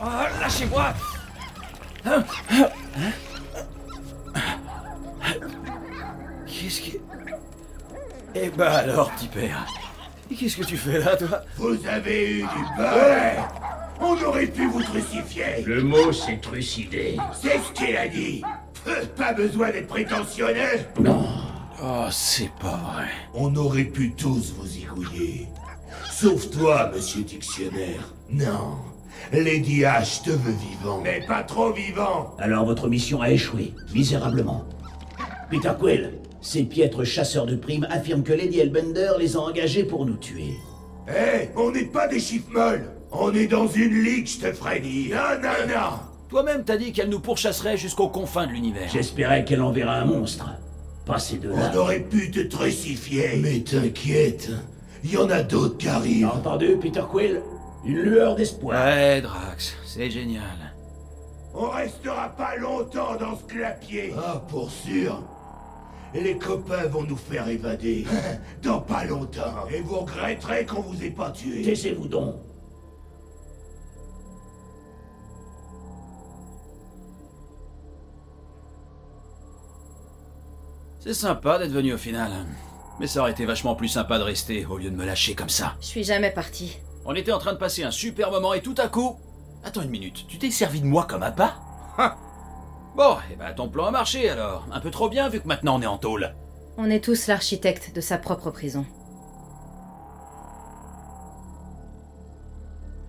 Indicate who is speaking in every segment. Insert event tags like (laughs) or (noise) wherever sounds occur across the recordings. Speaker 1: Oh, lâchez-moi Qu'est-ce qui... Eh ben alors, petit père, qu'est-ce que tu fais là, toi
Speaker 2: Vous avez eu du beurre On aurait pu vous crucifier
Speaker 3: Ah. Le mot c'est trucider.
Speaker 2: C'est ce qu'il a dit Peu- Pas besoin d'être prétentionneux
Speaker 1: Oh, c'est pas vrai.
Speaker 2: On aurait pu tous vous y couiller. Sauf toi, monsieur Dictionnaire. Non. Lady H te veut vivant. Mais pas trop vivant
Speaker 3: Alors votre mission a échoué, misérablement. Peter Quill, ces piètres chasseurs de primes affirment que Lady Hellbender les a engagés pour nous tuer.
Speaker 2: Eh, on n'est pas des chiffres molles On est dans une ligue, je te ferai dire. Non, non, non
Speaker 1: Toi-même, t'as dit qu'elle nous pourchasserait jusqu'aux confins de l'univers.
Speaker 3: J'espérais qu'elle enverra un monstre. Pas ces deux-là.
Speaker 2: On aurait pu te trucifier. Mais t'inquiète, il y en a d'autres qui arrivent.
Speaker 3: T'as entendu, Peter Quill Une lueur d'espoir.
Speaker 1: Ouais, Drax, c'est génial.
Speaker 2: On restera pas longtemps dans ce clapier. Ah, pour sûr. Et les copains vont nous faire évader. (laughs) dans pas longtemps. Et vous regretterez qu'on vous ait pas
Speaker 1: Ah.
Speaker 2: tué.
Speaker 3: Taisez-vous donc.
Speaker 1: C'est sympa d'être venu au final. hein. Mais ça aurait été vachement plus sympa de rester au lieu de me lâcher comme ça.
Speaker 4: Je suis jamais partie.
Speaker 1: On était en train de passer un super moment et tout à coup... Attends une minute, tu t'es servi de moi comme un pas Hein. Bon, eh ben ton plan a marché alors. Un peu trop bien vu que maintenant on est en tôle.
Speaker 4: On est tous l'architecte de sa propre prison.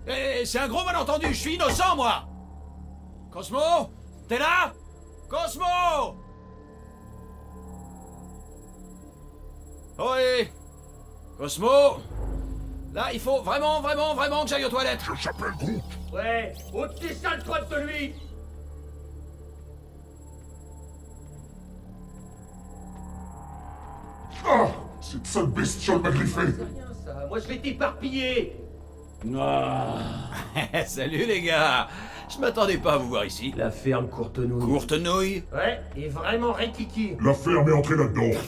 Speaker 1: Eh, c'est un gros malentendu, je suis innocent moi Cosmo T'es là Cosmo Ohé Cosmo Là, il faut vraiment, vraiment, vraiment que j'aille aux toilettes (laughs)
Speaker 5: Ouais, au petit sale crotte de lui
Speaker 6: Ah Cette sale bestiole m'a griffé
Speaker 5: Rien ça, moi je vais t'éparpiller
Speaker 3: Ah,
Speaker 1: Salut les gars Je m'attendais pas à vous voir ici.
Speaker 5: La ferme Courtenouille.
Speaker 1: Courte nouille
Speaker 5: Ouais, et vraiment rékiki
Speaker 6: La ferme est entrée là-dedans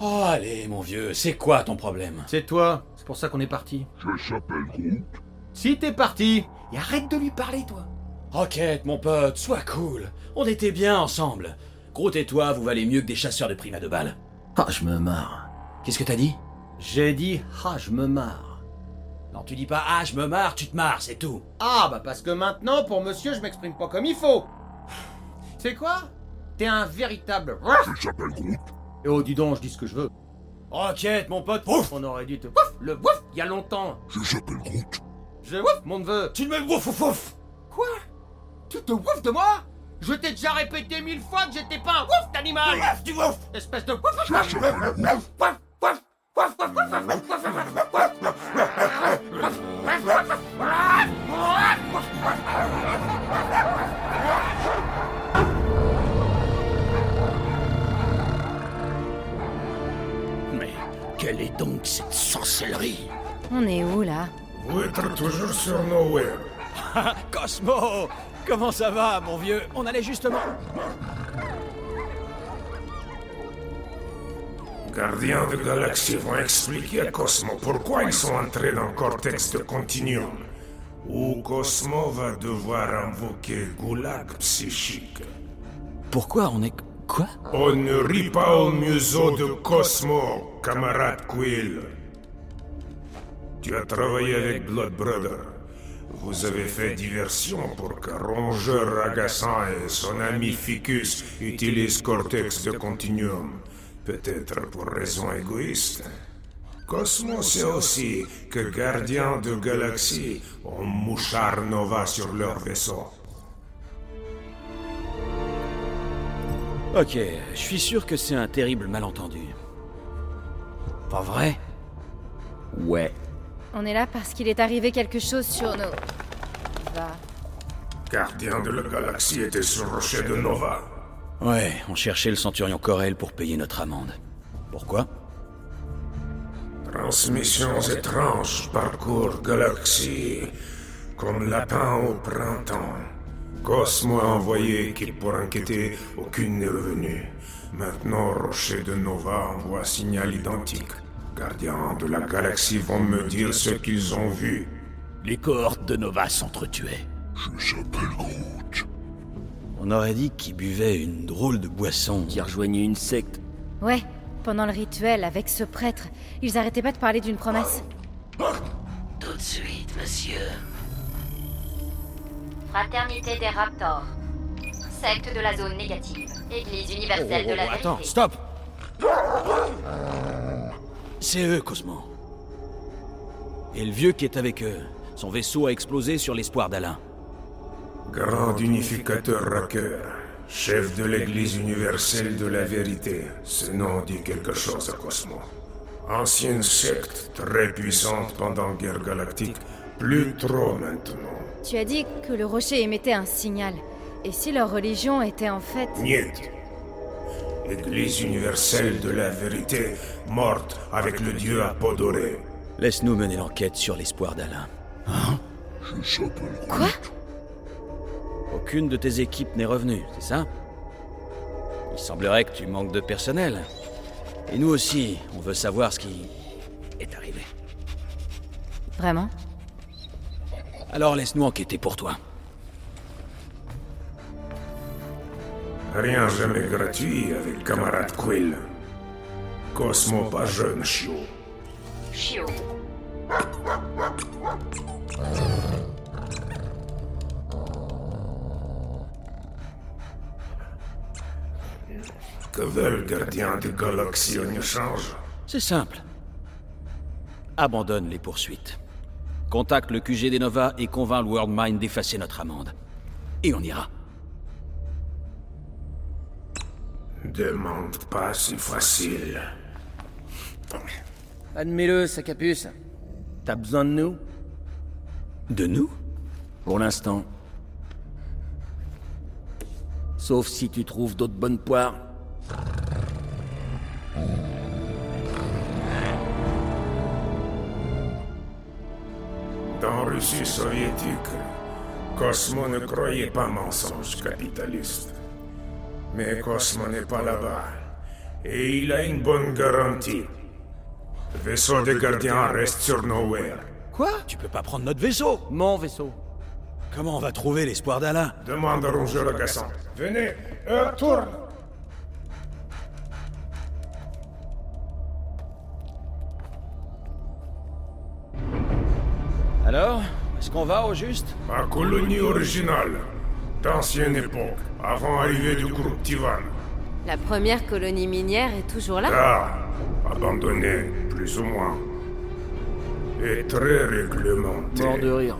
Speaker 1: Oh allez mon vieux, c'est quoi ton problème
Speaker 7: C'est toi, c'est pour ça qu'on est parti.
Speaker 6: Je s'appelle Groot.
Speaker 7: Si t'es parti Et arrête de lui parler, toi
Speaker 1: Roquette mon pote, sois cool On était bien ensemble Groot et toi, vous valez mieux que des chasseurs de primes à deux balles.
Speaker 7: Ah, je me marre.
Speaker 1: Qu'est-ce que t'as dit
Speaker 7: J'ai dit, ah, je me marre.
Speaker 1: Non, tu dis pas ah, je me marre, tu te marres, c'est tout.
Speaker 7: Ah, bah parce que maintenant, pour monsieur, je m'exprime pas comme il faut. C'est quoi T'es un véritable...
Speaker 6: Je s'appelle Groot.
Speaker 7: Et oh, dis donc, je dis ce que je veux.
Speaker 1: Roquette, mon pote. Ouf
Speaker 7: On aurait dû te... Ouf, le ouf, il y a longtemps.
Speaker 6: Je s'appelle Groot.
Speaker 7: Je ouf, mon neveu.
Speaker 1: Tu me ouf ouf ouf
Speaker 7: Quoi Tu te ouf de moi Je t'ai déjà répété mille fois que j'étais pas un ouf d'animal
Speaker 1: Tu ouf
Speaker 7: Espèce de ouf
Speaker 6: Je s'appelle Groot.
Speaker 3: mais quelle est donc cette sorcellerie
Speaker 4: On est où là
Speaker 6: Vous êtes toujours sur Nowhere.
Speaker 1: Cosmo Comment ça va, mon vieux On allait justement...
Speaker 6: Gardiens de galaxie vont expliquer à Cosmo pourquoi ils sont entrés dans le cortex de Continuum, où Cosmo va devoir invoquer Goulag psychique.
Speaker 1: Pourquoi on est... Quoi
Speaker 6: On ne rit pas au museau de Cosmo, camarade Quill. Tu as travaillé avec Blood Brother. Vous avez fait diversion pour qu'un rongeur agaçant et son ami Ficus utilisent Cortex de Continuum. Peut-être pour raison égoïste. Cosmo sait aussi que Gardiens de Galaxie ont mouchard Nova sur leur vaisseau.
Speaker 1: Ok, je suis sûr que c'est un terrible malentendu. Pas vrai
Speaker 3: Ouais.
Speaker 4: On est là parce qu'il est arrivé quelque chose sur nos... Va.
Speaker 6: Gardiens de la Galaxie étaient sur le rocher de Nova.
Speaker 1: Ouais, on cherchait le centurion Corel pour payer notre amende. Pourquoi
Speaker 6: Transmissions étranges parcourent galaxie comme lapin au printemps. Cosmo a envoyé équipe pour enquêter, aucune n'est revenue. Maintenant, Rocher de Nova envoie signal identique. gardiens de la galaxie vont me dire ce qu'ils ont vu.
Speaker 1: Les cohortes de Nova s'entretuaient. On aurait dit qu'ils buvaient une drôle de boisson.
Speaker 8: qui rejoignait une secte.
Speaker 4: Ouais, pendant le rituel, avec ce prêtre, ils arrêtaient pas de parler d'une promesse.
Speaker 9: Tout de suite, monsieur.
Speaker 10: Fraternité des Raptors. Secte de la zone négative. Église universelle de la vérité.
Speaker 1: attends, stop C'est eux, Cosmo. Et le vieux qui est avec eux. Son vaisseau a explosé sur l'espoir d'Alain.
Speaker 6: Grand unificateur racker, chef de l'église universelle de la vérité, ce nom dit quelque chose à Cosmo. Ancienne secte très puissante pendant la guerre galactique, plus trop maintenant.
Speaker 4: Tu as dit que le rocher émettait un signal. Et si leur religion était en fait...
Speaker 6: Niet. Église universelle de la vérité, morte avec le dieu à peau dorée.
Speaker 1: Laisse-nous mener l'enquête sur l'espoir d'Alain. Hein
Speaker 4: Quoi
Speaker 1: Aucune de tes équipes n'est revenue, c'est ça Il semblerait que tu manques de personnel. Et nous aussi, on veut savoir ce qui est arrivé.
Speaker 4: Vraiment
Speaker 1: Alors laisse-nous enquêter pour toi.
Speaker 6: Rien jamais gratuit avec camarade Quill. Cosmo pas jeune chiot.
Speaker 10: Chiot.
Speaker 6: Que veulent gardiens de galaxie en échange
Speaker 1: C'est simple. Abandonne les poursuites. Contacte le QG des Nova et convainc le World Mind d'effacer notre amende. Et on ira.
Speaker 6: Demande pas si facile.
Speaker 11: Admets-le, sac à puce. T'as besoin de nous
Speaker 1: De nous
Speaker 8: Pour l'instant. Sauf si tu trouves d'autres bonnes poires.
Speaker 6: Dans Russie soviétique, Cosmo ne croyait pas mensonge capitaliste. Mais Cosmo n'est pas là-bas. Et il a une bonne garantie. Le vaisseau des gardiens reste sur Nowhere.
Speaker 11: Quoi
Speaker 1: Tu peux pas prendre notre vaisseau
Speaker 11: Mon vaisseau.
Speaker 1: Comment on va trouver l'espoir d'Alain
Speaker 6: Demande à Rongeur agaçant. Venez, heure tourne
Speaker 1: Alors Est-ce qu'on va au juste
Speaker 6: Ma colonie originale, d'ancienne époque, avant l'arrivée du groupe Tivan.
Speaker 9: La première colonie minière est toujours là.
Speaker 6: Là, abandonnée, Ah, plus ou moins. Et très réglementée.
Speaker 8: Mort de rire.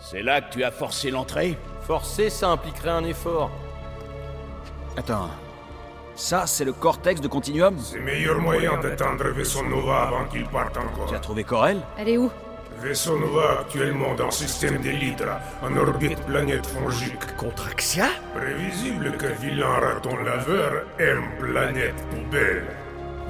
Speaker 1: C'est là que tu as forcé l'entrée
Speaker 3: Forcer, ça impliquerait un effort.
Speaker 1: Attends. Ça, c'est le cortex de Continuum
Speaker 6: C'est meilleur moyen d'atteindre Vaisseau Nova avant qu'il parte encore.
Speaker 1: Tu as trouvé Corel
Speaker 4: Elle est où
Speaker 6: Vaisseau Nova actuellement dans le système des Lydres, en orbite planète fongique.
Speaker 1: Contraxia
Speaker 6: Prévisible que vilain raton laveur aime planète poubelle.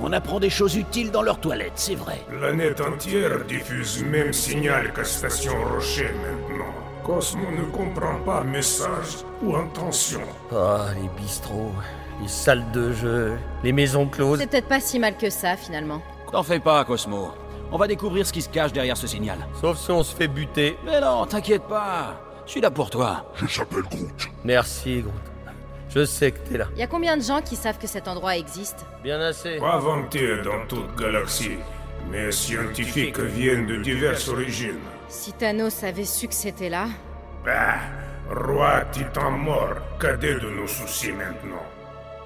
Speaker 1: On apprend des choses utiles dans leur toilette, c'est vrai.
Speaker 6: Planète entière diffuse même signal que Station Rocher maintenant. Cosmo ne comprend pas message ou intention.
Speaker 8: Ah, les bistrots, les salles de jeu, les maisons closes.
Speaker 4: C'est peut-être pas si mal que ça, finalement.
Speaker 1: T'en fais pas, Cosmo. On va découvrir ce qui se cache derrière ce signal.
Speaker 8: Sauf si on se fait buter.
Speaker 1: Mais non, t'inquiète pas. Je suis là pour toi.
Speaker 8: Merci, Groot. Je sais que t'es là.
Speaker 4: Y a combien de gens qui savent que cet endroit existe
Speaker 8: Bien assez.
Speaker 6: Pas vanté dans toute galaxie, mais scientifiques viennent de diverses origines.
Speaker 4: Si Thanos avait su que c'était là...
Speaker 6: Bah, roi titan mort, cadet de nos soucis maintenant.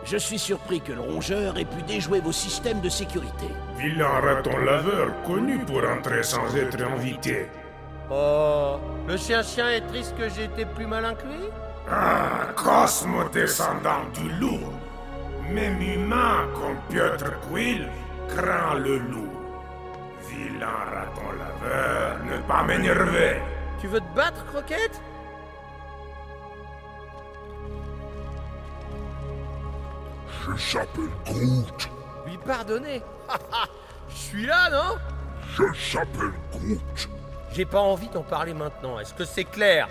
Speaker 1: Je suis surpris que le rongeur ait pu déjouer vos systèmes de sécurité.
Speaker 6: Vilain raton laveur connu pour entrer sans être invité.
Speaker 8: Oh, le chien-chien est triste que j'étais plus malin que lui
Speaker 6: Ah, Cosmo descendant du loup. Même humain comme Piotr Quill craint le loup. Vilain raton laveur, ne pas m'énerver.
Speaker 7: Tu veux te battre, Croquette
Speaker 6: Je s'appelle Groot.
Speaker 7: Lui
Speaker 8: (laughs)
Speaker 7: pardonner Je suis là, non
Speaker 6: Je s'appelle Groot.
Speaker 8: J'ai pas envie d'en parler maintenant, est-ce que c'est clair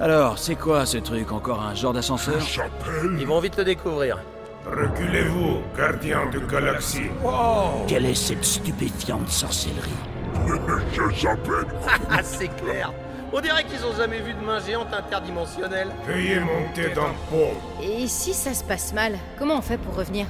Speaker 1: Alors, c'est quoi ce truc Encore un genre d'ascenseur
Speaker 8: Ils vont vite le découvrir. (laughs)
Speaker 6: Reculez-vous, gardien de galaxie.
Speaker 3: Quelle est cette stupéfiante sorcellerie
Speaker 6: Je s'appelle.
Speaker 8: Ah, c'est clair On dirait qu'ils ont jamais vu de main géante interdimensionnelle.
Speaker 6: Veuillez monter dans le pont.
Speaker 4: Et si ça se passe mal, comment on fait pour revenir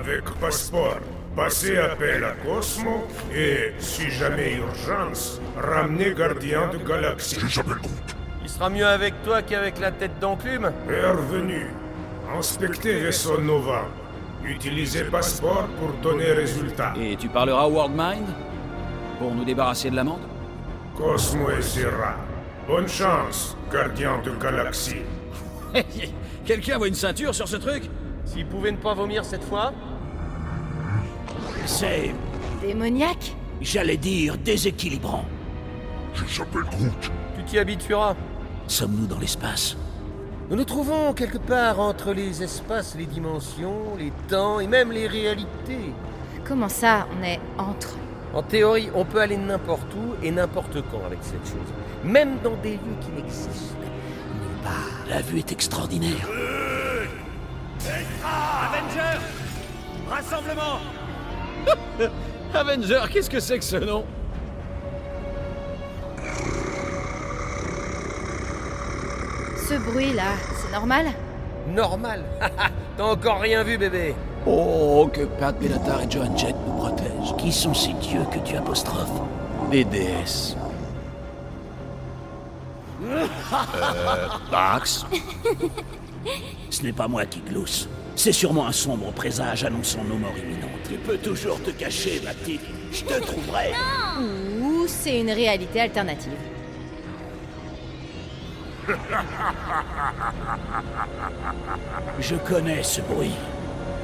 Speaker 6: Avec passeport, passez appel à Cosmo et, si jamais urgence, ramenez gardien de galaxie. Je s'appelle Groot.
Speaker 8: Il sera mieux avec toi qu'avec la tête d'enclume.
Speaker 6: Bienvenue. Inspectez vaisseau Nova. Utilisez passeport pour donner résultat.
Speaker 1: Et tu parleras au World Mind Pour nous débarrasser de l'amende (laughs)
Speaker 6: Cosmo et Serra. Bonne chance, gardien de galaxie.
Speaker 1: Quelqu'un voit une ceinture sur ce truc
Speaker 8: S'ils pouvaient ne pas vomir cette fois,
Speaker 3: C'est,
Speaker 4: Démoniaque
Speaker 3: j'allais dire, déséquilibrant.
Speaker 6: Je s'appelle Groot.
Speaker 8: tu t'y habitueras.
Speaker 3: Sommes-nous dans l'espace
Speaker 8: Nous nous trouvons quelque part entre les espaces, les dimensions, les temps et même les réalités.
Speaker 4: Comment ça, on est entre
Speaker 8: En théorie, on peut aller n'importe où et n'importe quand avec cette chose. Même dans des lieux qui n'existent.
Speaker 3: La vue est extraordinaire.
Speaker 5: Avenger Rassemblement
Speaker 1: Avenger, qu'est-ce que c'est que ce nom
Speaker 4: Ce bruit-là, c'est normal
Speaker 8: Normal (laughs) T'as encore rien vu, bébé
Speaker 3: Oh, que Pat Benatar et Joan Jett nous protègent. Qui sont ces dieux que tu apostrophes
Speaker 1: Des déesses.
Speaker 3: Bax Ce n'est pas moi qui glousse. C'est sûrement un sombre présage annonçant nos morts imminentes. Tu peux toujours te cacher, ma petite. Je te trouverai.
Speaker 4: Ou c'est une réalité alternative
Speaker 3: Je connais ce bruit.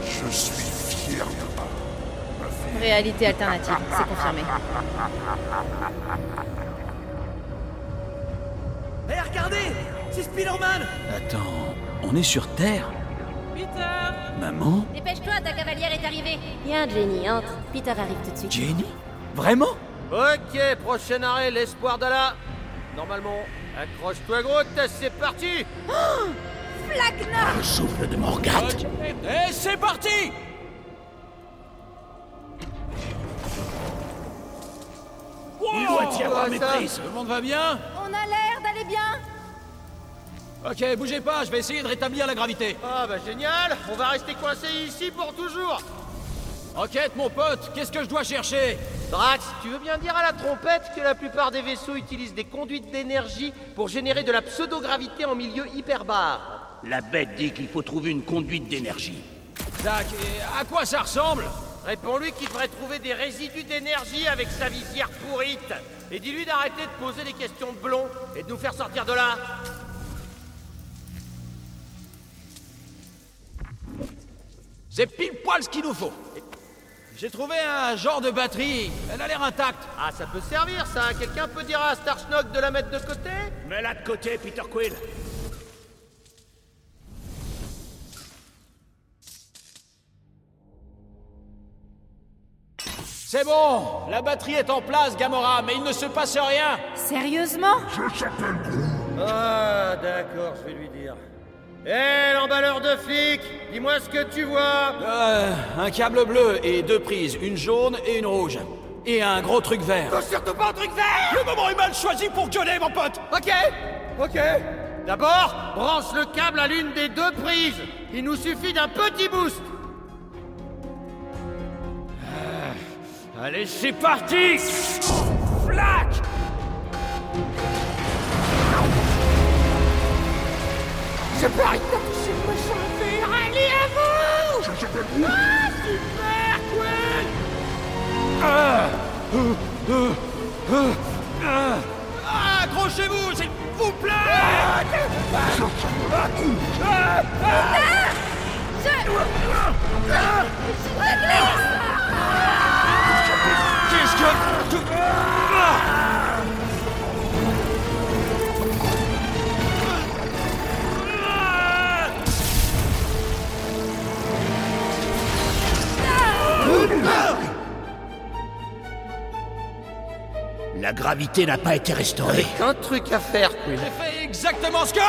Speaker 6: Je suis fier de vous.
Speaker 4: Réalité alternative, c'est confirmé.
Speaker 5: Hé, regardez C'est Spider-Man
Speaker 1: Attends, on est sur Terre Maman
Speaker 10: Dépêche-toi, ta cavalière est arrivée. Viens, Jenny, entre. Peter arrive tout de suite.
Speaker 1: Jenny Vraiment
Speaker 8: Ok, prochain arrêt, l'espoir d'Allah. Normalement, accroche-toi, gros, c'est parti
Speaker 3: Le souffle de Morgate.
Speaker 5: Et c'est parti
Speaker 3: Il doit y avoir
Speaker 8: ouais, ça.
Speaker 3: maîtrise.
Speaker 1: Le monde va bien
Speaker 4: On a l'air d'aller bien
Speaker 1: Ok, bougez pas, je vais essayer de rétablir la gravité.
Speaker 8: Ah bah génial On va rester coincé ici pour toujours
Speaker 1: Enquête, mon pote, qu'est-ce que je dois chercher
Speaker 8: Drax, tu veux bien dire à la trompette que la plupart des vaisseaux utilisent des conduites d'énergie pour générer de la pseudo-gravité en milieu hyperbare
Speaker 3: La bête dit qu'il faut trouver une conduite d'énergie.
Speaker 1: Tac, et à quoi ça ressemble
Speaker 8: Réponds-lui qu'il devrait trouver des résidus d'énergie avec sa visière pourrite Et dis-lui d'arrêter de poser des questions de blond et de nous faire sortir de là
Speaker 1: C'est pile poil ce qu'il nous faut. J'ai trouvé un genre de batterie, elle a l'air intacte.
Speaker 8: Ah, ça peut servir ça Quelqu'un peut dire à Star Schnock de la mettre de côté
Speaker 2: Mets-la de côté, Peter Quill.
Speaker 1: C'est bon, la batterie est en place, Gamora, mais il ne se passe rien.
Speaker 4: Sérieusement
Speaker 8: Ah, d'accord, je vais lui dire. Hé, l'emballeur de flic Dis-moi ce que tu vois
Speaker 1: Euh, un câble bleu et deux prises, une jaune et une rouge. Et un gros truc vert.
Speaker 8: Surtout pas un truc vert
Speaker 1: Le moment est mal choisi pour gueuler, mon pote
Speaker 8: Ok Ok D'abord, branche le câble à l'une des deux prises Il nous suffit d'un petit boost
Speaker 5: Allez, c'est parti Flac C'est pareil c'est le méchant vert Allez, à vous Ah, super, Queen
Speaker 12: Accrochez-vous, s'il vous plaît Qu'est-ce que...
Speaker 2: La gravité n'a pas été restaurée.
Speaker 13: Un truc à faire, Quill.
Speaker 12: J'ai fait exactement ce que...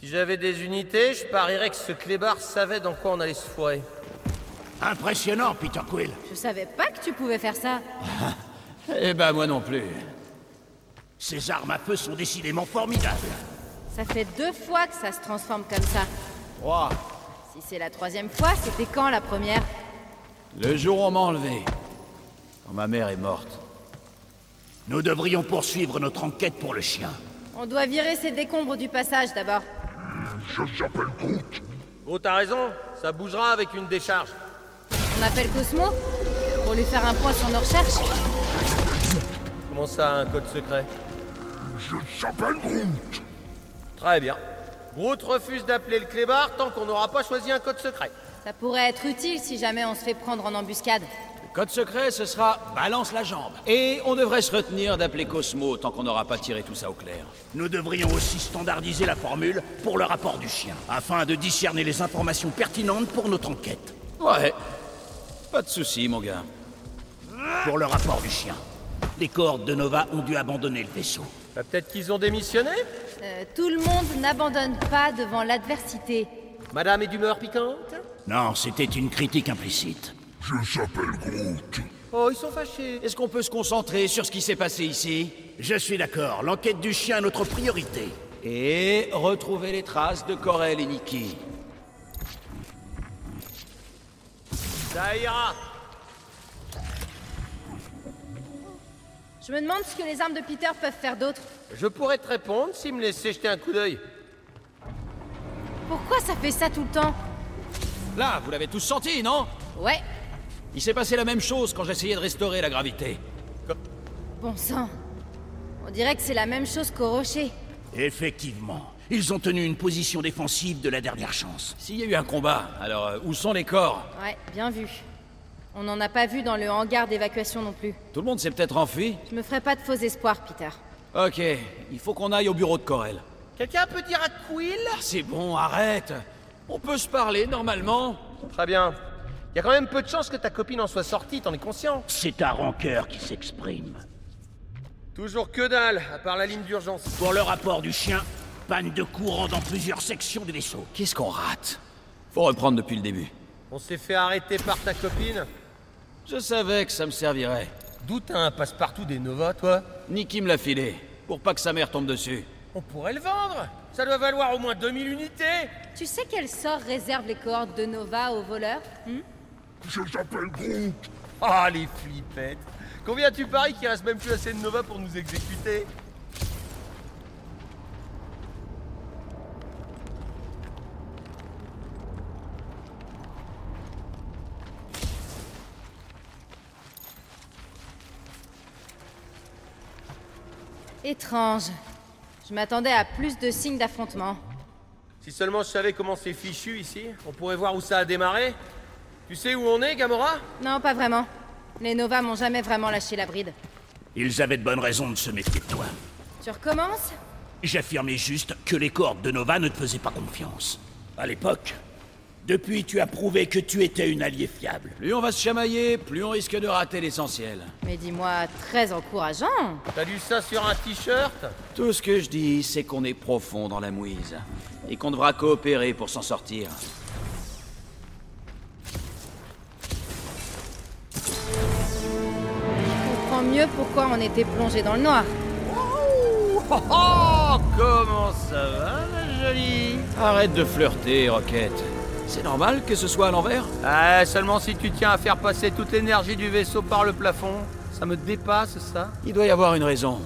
Speaker 8: Si j'avais des unités, je parierais que ce clébard savait dans quoi on allait se foirer.
Speaker 2: Impressionnant, Peter Quill.
Speaker 4: Je savais pas que tu pouvais faire ça.
Speaker 14: Eh ben, moi non plus.
Speaker 2: Ces armes à feu sont décidément formidables.
Speaker 4: Ça fait deux fois que ça se transforme comme ça.
Speaker 14: Trois.
Speaker 4: Si c'est la troisième fois, c'était quand la première
Speaker 14: Le jour où on m'a enlevé. Quand ma mère est morte.
Speaker 2: Nous devrions poursuivre notre enquête pour le chien.
Speaker 4: On doit virer ces décombres du passage d'abord.
Speaker 8: Oh, t'as raison, ça bougera avec une décharge.
Speaker 4: On appelle Cosmo pour lui faire un point sur nos recherches.
Speaker 8: Comment ça, un code secret Très bien. Groot refuse d'appeler le clébard tant qu'on n'aura pas choisi un code secret.
Speaker 4: Ça pourrait être utile si jamais on se fait prendre en embuscade.
Speaker 1: Le code secret, ce sera balance la jambe. Et on devrait se retenir d'appeler Cosmo tant qu'on n'aura pas tiré tout ça au clair.
Speaker 2: Nous devrions aussi standardiser la formule pour le rapport du chien, afin de discerner les informations pertinentes pour notre enquête.
Speaker 1: Ouais. Pas de soucis, mon gars.
Speaker 2: Pour le rapport du chien, les cordes de Nova ont dû abandonner le vaisseau.
Speaker 8: Bah, Peut-être qu'ils ont démissionné
Speaker 4: Euh, tout le monde n'abandonne pas devant l'adversité.
Speaker 8: Madame est d'humeur piquante
Speaker 2: Non, c'était une critique implicite.
Speaker 8: Oh, ils sont fâchés.
Speaker 1: Est-ce qu'on peut se concentrer sur ce qui s'est passé ici
Speaker 2: Je suis d'accord, l'enquête du chien est notre priorité.
Speaker 1: Et retrouver les traces de Corel et Nikki.
Speaker 12: Ça ira
Speaker 4: Je me demande ce que les armes de Peter peuvent faire d'autre.
Speaker 8: Je pourrais te répondre s'ils me laissaient jeter un coup d'œil.
Speaker 4: Pourquoi ça fait ça tout le temps
Speaker 1: Là, vous l'avez tous senti, non
Speaker 4: Ouais,
Speaker 1: Il s'est passé la même chose quand j'essayais de restaurer la gravité.
Speaker 4: bon sang. On dirait que c'est la même chose qu'au rocher.
Speaker 2: Effectivement, ils ont tenu une position défensive de la dernière chance.
Speaker 1: S'il y a eu un combat, alors euh, où sont les corps
Speaker 4: Ouais, bien vu. On n'en a pas vu dans le hangar d'évacuation non plus.
Speaker 1: Tout le monde s'est peut-être enfui
Speaker 4: Je me ferai pas de faux espoirs, Peter.
Speaker 1: Ok, il faut qu'on aille au bureau de Corel.
Speaker 8: Quelqu'un peut dire à Quill
Speaker 1: Ah, c'est bon, arrête On peut se parler normalement
Speaker 8: Très bien. Il y a quand même peu de chances que ta copine en soit sortie, t'en es conscient
Speaker 2: C'est ta rancœur qui s'exprime.
Speaker 8: Toujours que dalle, à part la ligne d'urgence.
Speaker 2: Pour le rapport du chien, panne de courant dans plusieurs sections du vaisseau.
Speaker 1: Qu'est-ce qu'on rate Faut reprendre depuis le début.
Speaker 8: On s'est fait arrêter par ta copine.
Speaker 1: Je savais que ça me servirait.
Speaker 8: D'où t'as un passe-partout des Nova, toi
Speaker 1: Nikki me l'a filé, pour pas que sa mère tombe dessus.
Speaker 8: On pourrait le vendre Ça doit valoir au moins 2000 unités
Speaker 4: Tu sais quel sort réserve les cohortes de Nova aux voleurs hmm
Speaker 8: Ah, les flippettes Combien tu paries qu'il reste même plus assez de Nova pour nous exécuter
Speaker 4: Étrange. Je m'attendais à plus de signes d'affrontement.
Speaker 8: Si seulement je savais comment c'est fichu ici, on pourrait voir où ça a démarré. Tu sais où on est, Gamora
Speaker 4: Non, pas vraiment. Les Nova m'ont jamais vraiment lâché la bride.
Speaker 2: Ils avaient de bonnes raisons de se méfier de toi.
Speaker 4: Tu recommences
Speaker 2: J'affirmais juste que les cordes de Nova ne te faisaient pas confiance. À l'époque. Depuis, tu as prouvé que tu étais une alliée fiable.
Speaker 1: Plus on va se chamailler, plus on risque de rater l'essentiel.
Speaker 4: Mais dis-moi, très encourageant.
Speaker 8: T'as lu ça sur un t-shirt
Speaker 1: Tout ce que je dis, c'est qu'on est profond dans la mouise. Et qu'on devra coopérer pour s'en sortir.
Speaker 4: Je comprends mieux pourquoi on était plongé dans le noir.
Speaker 8: Oh, oh, comment ça va, ma jolie
Speaker 1: Arrête de flirter, Rocket. C'est normal que ce soit à l'envers
Speaker 8: Ah, seulement si tu tiens à faire passer toute l'énergie du vaisseau par le plafond. Ça me dépasse, ça
Speaker 1: Il doit y avoir une raison.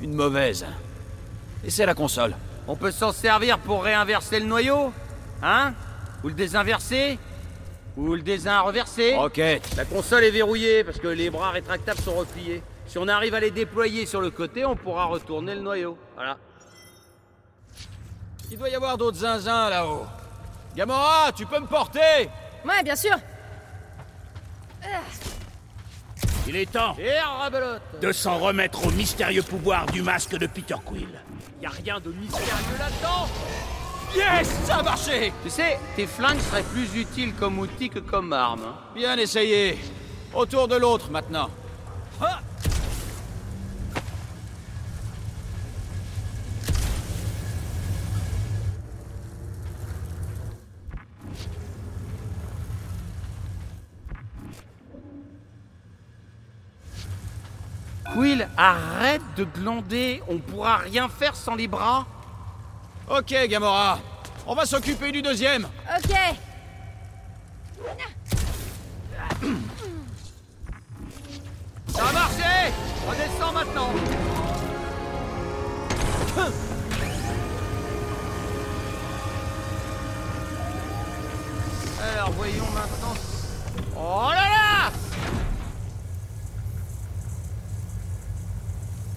Speaker 1: Une mauvaise. Et c'est la console.
Speaker 8: On peut s'en servir pour réinverser le noyau Hein Ou le désinverser Ou le désinreverser
Speaker 15: Ok.
Speaker 8: La console est verrouillée parce que les bras rétractables sont repliés. Si on arrive à les déployer sur le côté, on pourra retourner le noyau. Voilà.
Speaker 1: Il doit y avoir d'autres zinzins là-haut. Gamora, tu peux me porter
Speaker 4: Ouais, bien sûr
Speaker 3: Il est temps
Speaker 8: Et rebelote
Speaker 3: de s'en remettre au mystérieux pouvoir du masque de Peter Quill.
Speaker 8: Y a rien de mystérieux là-dedans
Speaker 1: Yes Ça a marché
Speaker 8: Tu sais, tes flingues seraient plus utiles comme outil que comme arme. hein.
Speaker 1: Bien essayé. Autour de l'autre maintenant. Ah
Speaker 8: Quill, arrête de glander, on pourra rien faire sans les bras.
Speaker 1: ok, Gamora. On va s'occuper du deuxième.
Speaker 4: Ok
Speaker 8: Ça a marché Redescends maintenant Hein Alors voyons maintenant. Oh là là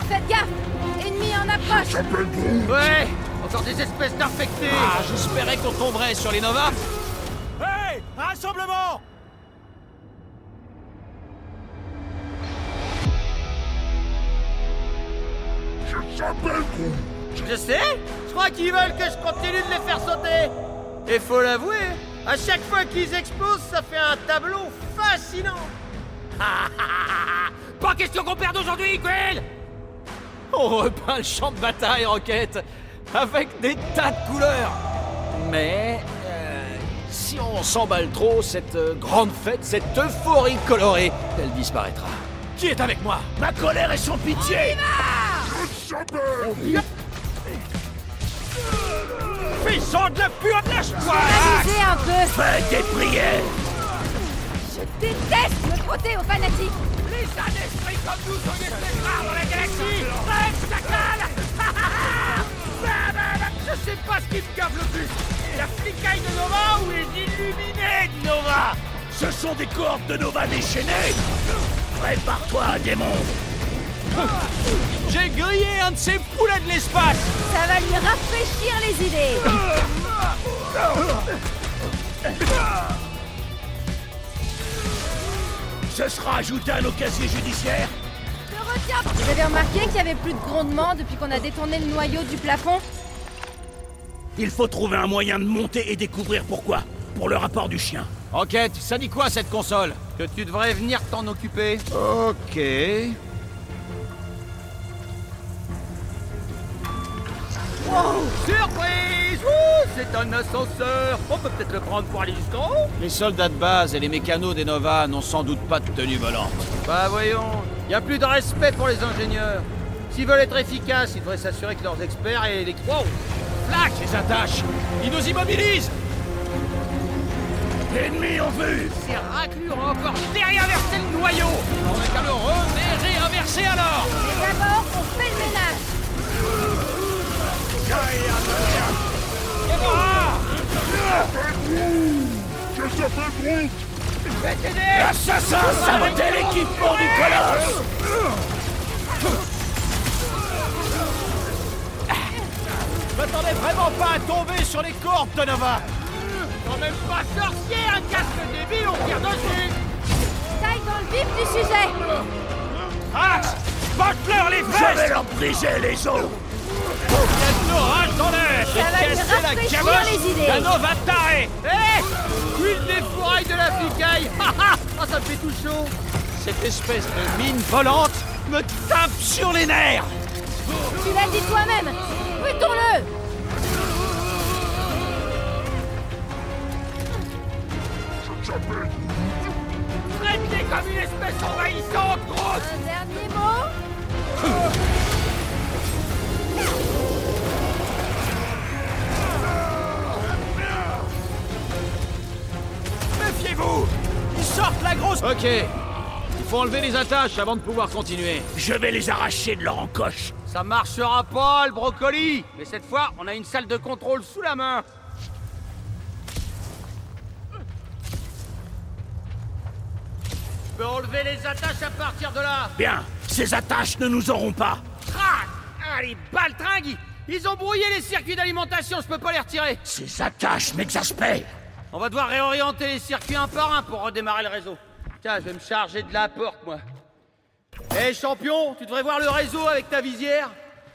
Speaker 4: Faites gaffe Ennemi en approche
Speaker 8: Ouais Encore des espèces d'infectés
Speaker 1: Ah, j'espérais qu'on tomberait sur les Nova.
Speaker 8: Hey Rassemblement Je sais Je crois qu'ils veulent que je continue de les faire sauter Et faut l'avouer, à chaque fois qu'ils explosent, ça fait un tableau fascinant Pas question qu'on perde aujourd'hui, Quill
Speaker 1: On repeint le champ de bataille, Rocket, avec des tas de couleurs. Mais euh, si on s'emballe trop, cette euh, grande fête, cette euphorie colorée, elle disparaîtra. Qui est avec moi
Speaker 3: Ma colère est sans pitié
Speaker 8: Puissant de la pure de la
Speaker 4: Amusez un peu
Speaker 3: Fais des prières
Speaker 4: Je déteste me frotter aux fanatiques
Speaker 8: Les ânes esprits comme nous sont des rares dans la galaxie Rêve, chacal Bah, bah, bah, Je sais pas ce qui me gave le plus La flicaille de Nova ou les illuminés de Nova
Speaker 3: Ce sont des cordes de Nova déchaînées Prépare-toi, démon
Speaker 1: J'ai grillé un de ces poulets de l'espace
Speaker 4: Ça va lui rafraîchir les idées
Speaker 3: Ce sera ajouté à nos casiers judiciaires
Speaker 4: Je retiens Vous avez remarqué qu'il n'y avait plus de grondement depuis qu'on a détourné le noyau du plafond
Speaker 3: Il faut trouver un moyen de monter et découvrir pourquoi. Pour le rapport du chien.
Speaker 1: Enquête, ça dit quoi cette console
Speaker 8: Que tu devrais venir t'en occuper
Speaker 1: Ok.
Speaker 8: Surprise Ouh, C'est un ascenseur On peut peut-être le prendre pour aller jusqu'en haut
Speaker 1: Les soldats de base et les mécanos des Nova n'ont sans doute pas de tenue volante.
Speaker 8: Bah voyons, y a plus de respect pour les ingénieurs S'ils veulent être efficaces, ils devraient s'assurer que leurs experts et les trois
Speaker 1: Plaque les attaches Ils nous immobilisent
Speaker 3: Ennemi en vue
Speaker 8: Ces raclures ont encore déréinversé le noyau On va le reverrer inversé alors
Speaker 4: Mais d'abord, on fait le ménage
Speaker 3: L'assassin a saboté l'équipement du colosse
Speaker 1: Je m'attendais vraiment pas à tomber sur les cordes de Nova
Speaker 8: Quand même pas sorcier, un casque débile, on tire dessus
Speaker 4: Taille dans le vif du sujet
Speaker 1: Axe Porte-leur Ah, les
Speaker 3: Je vais leur briser les os
Speaker 1: L'orage dans l'air
Speaker 4: Ça va lui rafraîchir les idées Eh,
Speaker 1: Nova tarée
Speaker 8: Hé Une des fourrailles de
Speaker 1: (laughs)
Speaker 8: la flicaille Ah ah
Speaker 1: Oh,
Speaker 8: Ah, ça me fait tout chaud
Speaker 1: Cette espèce de mine volante me tape sur les nerfs
Speaker 4: Tu l'as dit toi-même Butons-le
Speaker 8: Traite-les comme une espèce envahissante, grosse
Speaker 4: Un dernier mot
Speaker 1: Méfiez-vous Ils sortent la grosse... Ok. Il faut enlever les attaches avant de pouvoir continuer.
Speaker 3: Je vais les arracher de leur encoche
Speaker 8: Ça marchera pas, le brocoli Mais cette fois, on a une salle de contrôle sous la main Je peux enlever les attaches à partir de là
Speaker 3: Bien, ces attaches ne nous auront pas.
Speaker 8: Crac Ah, les baltringues Ils ont brouillé les circuits d'alimentation, je peux pas les retirer
Speaker 3: Ces attaches m'exaspèrent.
Speaker 8: On va devoir réorienter les circuits un par un pour redémarrer le réseau. Tiens, je vais me charger de la porte, moi. Hé, champion, tu devrais voir le réseau avec ta visière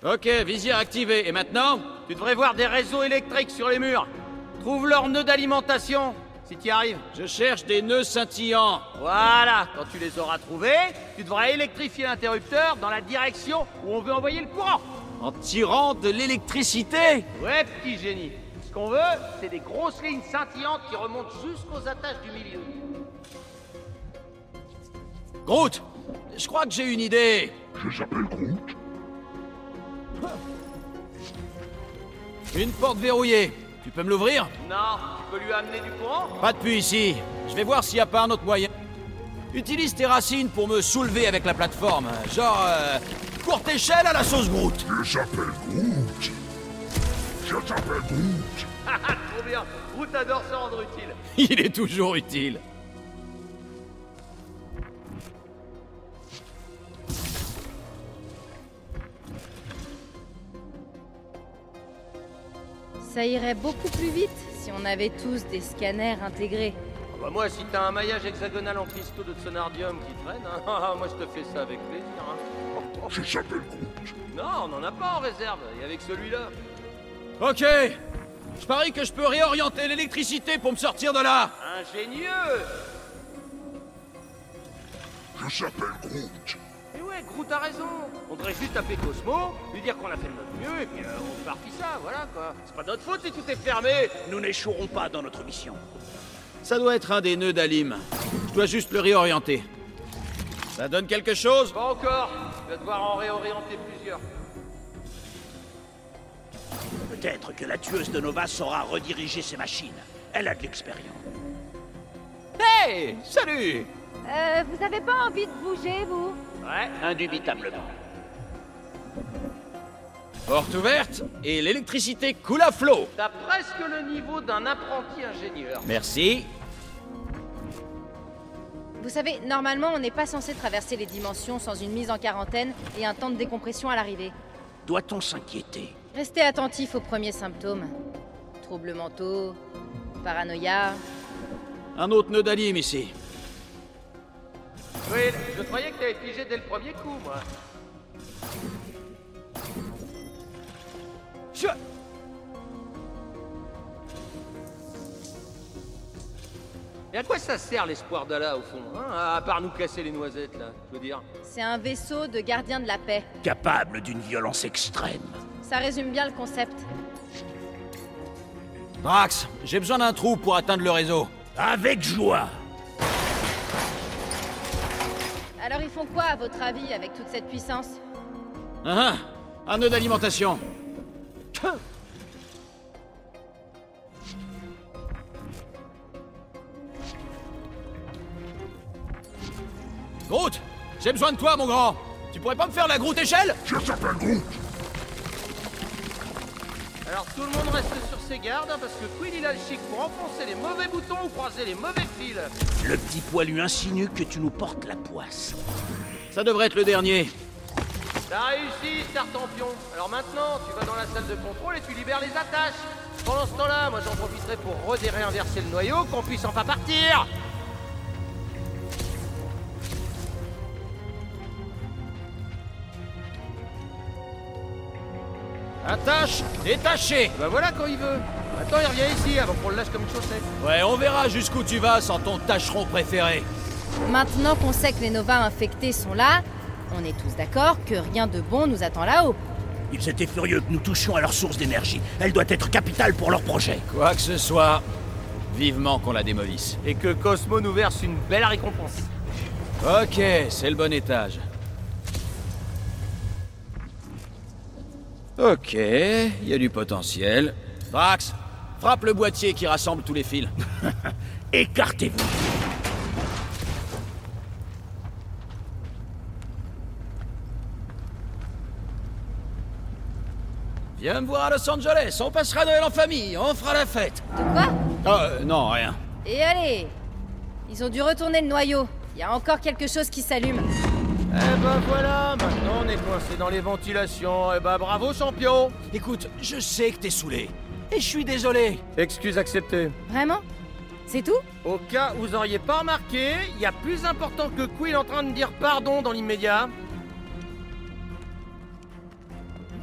Speaker 1: Ok, visière activée. Et maintenant
Speaker 8: Tu devrais voir des réseaux électriques sur les murs. Trouve leur nœud d'alimentation, si tu y arrives.
Speaker 1: Je cherche des nœuds scintillants.
Speaker 8: Voilà, quand tu les auras trouvés, tu devras électrifier l'interrupteur dans la direction où on veut envoyer le courant.
Speaker 1: En tirant de l'électricité
Speaker 8: Ouais, petit génie. Ce qu'on veut, c'est des grosses lignes scintillantes qui remontent jusqu'aux attaches du milieu.
Speaker 1: Groot Je crois que j'ai une idée.
Speaker 16: Je s'appelle Groot.
Speaker 1: Une porte verrouillée. Tu peux me l'ouvrir
Speaker 8: Non, tu peux lui amener du courant
Speaker 1: Pas depuis ici. Je vais voir s'il n'y a pas un autre moyen. Utilise tes racines pour me soulever avec la plateforme. Genre. euh, courte échelle à la sauce Groot
Speaker 16: Je s'appelle Groot. Je s'appelle Groot.
Speaker 8: Ah ah, trop bien Groot adore se rendre utile.
Speaker 1: (laughs) Il est toujours utile.
Speaker 4: Ça irait beaucoup plus vite si on avait tous des scanners intégrés.
Speaker 8: Ah Bah moi, si t'as un maillage hexagonal en cristaux de sonardium qui traîne, hein, (laughs) ah, ah, moi je te fais ça avec plaisir. hein. Oh, oh.
Speaker 16: Je s'appelle Groot.
Speaker 8: Non, on n'en a pas en réserve, et avec celui-là.
Speaker 1: Ok Je parie que je peux réorienter l'électricité pour me sortir de là
Speaker 8: Ingénieux
Speaker 16: Je s'appelle Groot.
Speaker 8: Mais ouais, Groot a raison On devrait juste appeler Cosmo, lui dire qu'on a fait de notre mieux, et puis euh, on partit ça, voilà quoi. C'est pas notre faute si tout est fermé
Speaker 3: Nous n'échouerons pas dans notre mission.
Speaker 1: Ça doit être un des nœuds d'Alim. Je dois juste le réorienter. Ça donne quelque chose
Speaker 8: Pas encore Tu vas devoir en réorienter plusieurs.
Speaker 3: Peut-être que la tueuse de Nova saura rediriger ces machines. Elle a de l'expérience.
Speaker 1: Hey Salut
Speaker 17: Euh, vous avez pas envie de bouger, vous
Speaker 8: Ouais,
Speaker 3: Indubitablement.
Speaker 1: Porte ouverte et l'électricité coule à flot.
Speaker 8: T'as presque le niveau d'un apprenti ingénieur.
Speaker 1: Merci.
Speaker 4: Vous savez, normalement, on n'est pas censé traverser les dimensions sans une mise en quarantaine et un temps de décompression à l'arrivée.
Speaker 3: Doit-on s'inquiéter
Speaker 4: Restez attentif aux premiers symptômes. Troubles mentaux, paranoïa.
Speaker 1: Un autre nœud d'Alim ici.
Speaker 8: Oui, je croyais que t'avais pigé dès le premier coup, moi.
Speaker 1: Je...
Speaker 8: Et à quoi ça sert l'espoir d'Allah, au fond hein À part nous casser les noisettes, là, je veux dire.
Speaker 4: C'est un vaisseau de gardien de la paix.
Speaker 3: Capable d'une violence extrême.
Speaker 4: Ça résume bien le concept.
Speaker 1: Drax, j'ai besoin d'un trou pour atteindre le réseau.
Speaker 3: Avec joie
Speaker 4: Alors ils font quoi, à votre avis, avec toute cette puissance
Speaker 1: Hein, hein, un nœud d'alimentation. Groot, j'ai besoin de toi, mon grand. Tu pourrais pas me faire la Groot échelle
Speaker 16: Je s'appelle Groot.
Speaker 8: Alors tout le monde reste sur ses gardes, hein, parce que Queen il a le chic pour enfoncer les mauvais boutons ou croiser les mauvais fils.
Speaker 3: Le petit poilu insinue que tu nous portes la poisse.
Speaker 1: Ça devrait être le dernier.
Speaker 8: T'as réussi, Startampion. Alors maintenant, tu vas dans la salle de contrôle et tu libères les attaches. Pendant ce temps-là, moi j'en profiterai pour redéréinverser le noyau, qu'on puisse enfin partir
Speaker 1: Attache, détaché.
Speaker 8: Bah voilà quand il veut. Attends, il revient ici avant qu'on le lâche comme une chaussette.
Speaker 1: Ouais, on verra jusqu'où tu vas sans ton tâcheron préféré.
Speaker 4: Maintenant qu'on sait que les Nova infectés sont là, on est tous d'accord que rien de bon nous attend là-haut.
Speaker 3: Ils étaient furieux que nous touchions à leur source d'énergie. Elle doit être capitale pour leur projet.
Speaker 1: Quoi que ce soit, vivement qu'on la démolisse.
Speaker 8: Et que Cosmo nous verse une belle récompense.
Speaker 1: Ok, c'est le bon étage. Ok, il y a du potentiel. Drax, frappe le boîtier qui rassemble tous les fils.
Speaker 3: Écartez-vous
Speaker 18: Viens me voir à Los Angeles, on passera Noël en famille, on fera la fête.
Speaker 19: De quoi
Speaker 1: Ah,
Speaker 18: Euh, non, rien.
Speaker 19: Et allez Ils ont dû retourner le noyau. Il y a encore quelque chose qui s'allume.
Speaker 8: Eh ben voilà, maintenant on est coincé dans les ventilations. Eh ben bravo champion
Speaker 18: Écoute, je sais que t'es saoulé. Et je suis désolé.
Speaker 8: Excuse acceptée.
Speaker 19: Vraiment C'est tout
Speaker 8: Au cas où vous auriez pas remarqué, il y a plus important que Quill en train de dire pardon dans l'immédiat.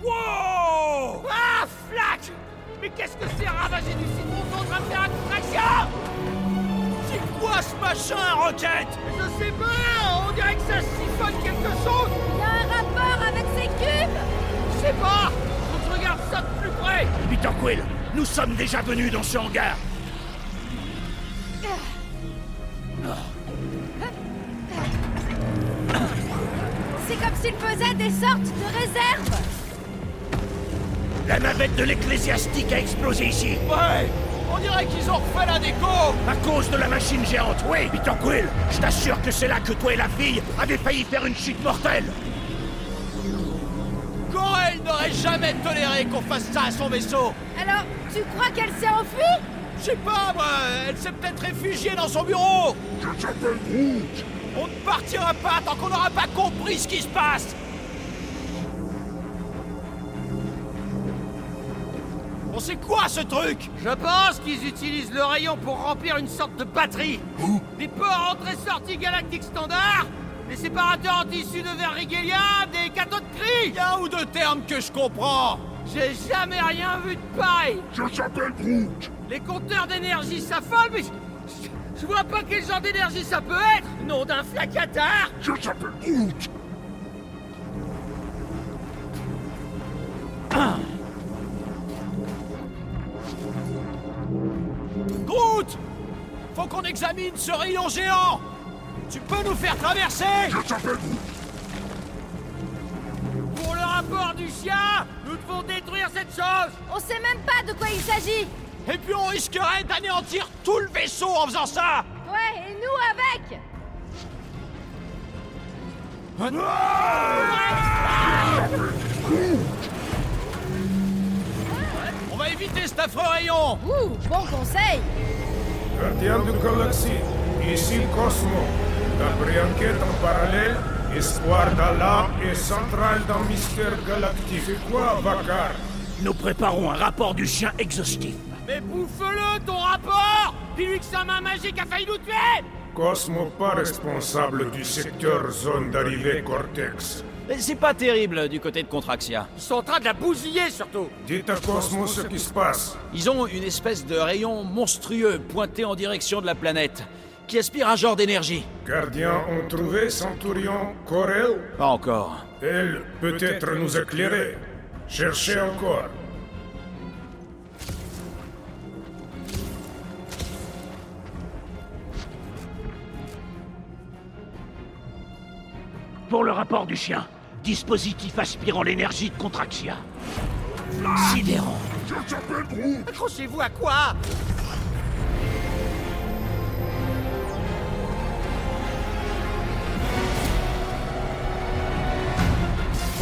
Speaker 1: Wow Ah, Flack Mais qu'est-ce que c'est ravager du citron contre à faire attraction C'est quoi ce machin, Rocket Je sais pas On dirait que ça siphonne quelque chose
Speaker 4: Il y a un rapport avec ces cubes
Speaker 1: Je sais pas Faut que je regarde ça de plus près
Speaker 3: Peter Quill, nous sommes déjà venus dans ce hangar.
Speaker 4: C'est comme s'ils faisaient des sortes de réserves
Speaker 3: La navette de l'ecclésiastique a explosé ici.
Speaker 1: Ouais On dirait qu'ils ont refait la déco
Speaker 3: À cause de la machine géante, oui, Peter Quill. Je t'assure que c'est là que toi et la fille avez failli faire une chute mortelle.
Speaker 1: Corel n'aurait jamais toléré qu'on fasse ça à son vaisseau
Speaker 4: Alors, tu crois qu'elle s'est enfuie
Speaker 1: Je sais pas, moi Elle s'est peut-être réfugiée dans son bureau
Speaker 20: Je s'appelle Groot
Speaker 1: On ne partira pas tant qu'on n'aura pas compris ce qui se passe Bon, c'est quoi ce truc
Speaker 8: Je pense qu'ils utilisent le rayon pour remplir une sorte de batterie.
Speaker 1: Des ports entrée-sortie galactique standard Des séparateurs en tissu de verre Rigelia Des cadeaux de cri Y a un ou deux termes que je comprends J'ai jamais rien vu de pareil
Speaker 20: Je s'appelle Groot
Speaker 1: Les compteurs d'énergie s'affolent, mais... je- Je vois pas quel genre d'énergie ça peut être Nom d'un flacatard
Speaker 20: Je s'appelle Groot
Speaker 1: Ah. Groot Faut qu'on examine ce rayon géant Tu peux nous faire traverser
Speaker 20: Je s'appelle Groot
Speaker 1: Pour le rapport du chien, nous devons détruire cette chose
Speaker 4: On sait même pas de quoi il s'agit
Speaker 1: Et puis on risquerait d'anéantir tout le vaisseau en faisant ça
Speaker 4: Ouais, et nous avec
Speaker 1: On va éviter cet affreux rayon
Speaker 19: Ouh, bon conseil
Speaker 6: Gardien de galaxie, ici Cosmo. D'après enquête en parallèle, Espoir d'Allah est central dans Mystère Galactique. C'est quoi, Bakar
Speaker 3: Nous préparons un rapport du chien exhaustif.
Speaker 1: Mais bouffe-le, ton rapport Dis-lui que sa main magique a failli nous tuer
Speaker 6: Cosmo pas responsable du secteur zone d'arrivée Cortex.
Speaker 18: Mais C'est pas terrible du côté de Contraxia.
Speaker 1: Ils sont en train de la bousiller, surtout
Speaker 6: Dites à Cosmo ce qui se passe.
Speaker 18: Ils ont une espèce de rayon monstrueux pointé en direction de la planète, qui aspire un genre d'énergie.
Speaker 6: Gardiens ont trouvé Centurion Corel
Speaker 18: Pas encore.
Speaker 6: Elle peut-être nous éclairer. Cherchez encore.
Speaker 3: Pour le rapport du chien, dispositif aspirant l'énergie de Contraxia. Sidérant.
Speaker 20: Je s'appelle Groot
Speaker 1: Accrochez-vous à quoi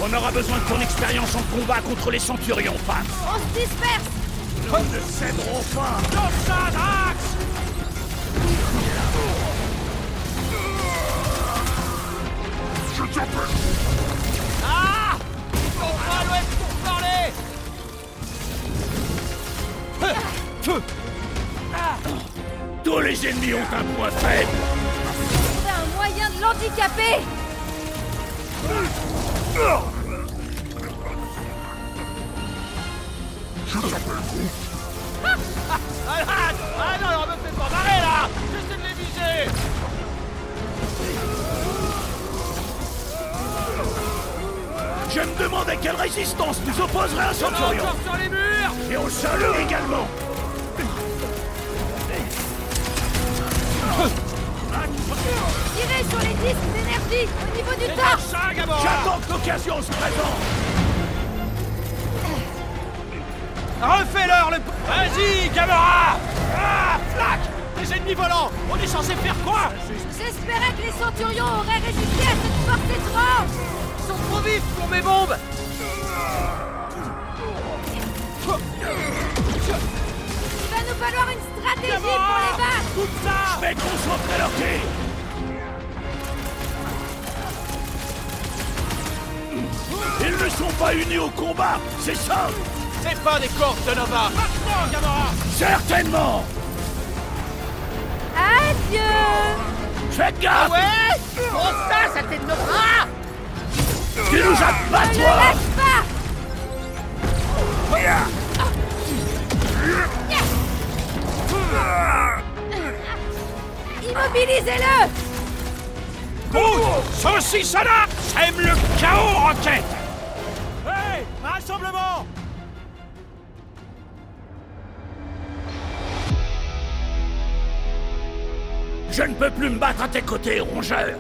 Speaker 3: On aura besoin de ton expérience en combat contre les centurions, femme.
Speaker 4: On se disperse
Speaker 3: Nous ne céderons pas.
Speaker 1: Dans ça, Drax
Speaker 20: Je s'appelle
Speaker 1: Ah Ils sont pas à l'ouest pour parler
Speaker 18: Feu
Speaker 3: Tous les ennemis ont un point faible.
Speaker 4: Trouver un moyen de l'handicaper
Speaker 1: Alan Ah non, on me fait pas marrer, là J'essaie de les viser
Speaker 3: Je me demande à quelle résistance nous opposerait un
Speaker 1: On est
Speaker 3: centurion.
Speaker 1: encore sur les murs
Speaker 3: Et au sol également.
Speaker 4: Tirez sur les disques d'énergie au niveau du
Speaker 1: Lâche
Speaker 4: torse
Speaker 1: ça, Gamora
Speaker 3: J'attends que l'occasion se présente.
Speaker 1: Refais-leur le... Vas-y, Gamora Ah, flac Les ennemis volants On est censé faire quoi
Speaker 4: J'espérais que les centurions auraient résisté à cette force étrange
Speaker 1: Ils sont trop vifs pour mes bombes
Speaker 8: tout ça
Speaker 3: Je vais concentrer leur tir Ils ne sont pas unis au combat, c'est ça
Speaker 1: C'est pas des corps de Nova
Speaker 8: Maintenant, Gamora
Speaker 3: Certainement
Speaker 17: Adieu
Speaker 3: Faites gaffe
Speaker 8: ah Ouais Oh ça, ça t'aide nos bras
Speaker 3: Tu nous as pas,
Speaker 17: Ne
Speaker 3: toi
Speaker 17: lâche pas Immobilisez-le
Speaker 1: Bout Saucissonnat Sème le chaos, Rocket
Speaker 8: Hey Rassemblement
Speaker 3: Je ne peux plus me battre à tes côtés, rongeur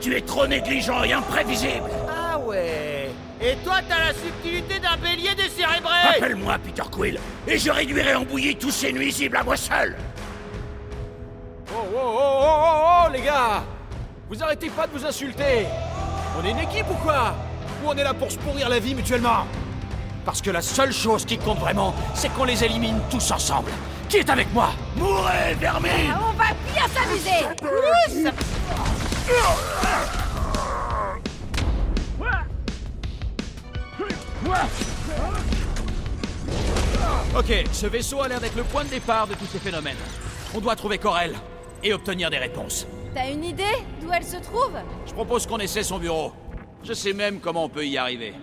Speaker 3: Tu es trop négligent et imprévisible
Speaker 7: Ah ouais Et toi, t'as la subtilité d'un bélier décérébré
Speaker 3: Appelle-moi Peter Quill, et je réduirai en bouillie tous ces nuisibles à moi seul
Speaker 1: Oh, oh, oh, oh, oh, oh, les gars Vous arrêtez pas de vous insulter On est une équipe ou quoi Ou on est là pour se pourrir la vie mutuellement Parce que la seule chose qui compte vraiment, c'est qu'on les élimine tous ensemble Qui est avec moi
Speaker 3: Mourez, vermine
Speaker 17: On va bien s'amuser Plus
Speaker 1: Ok, ce vaisseau a l'air d'être le point de départ de tous ces phénomènes. On doit trouver Corel et obtenir des réponses.
Speaker 4: T'as une idée d'où elle se trouve
Speaker 1: Je propose qu'on essaie son bureau. Je sais même comment on peut y arriver.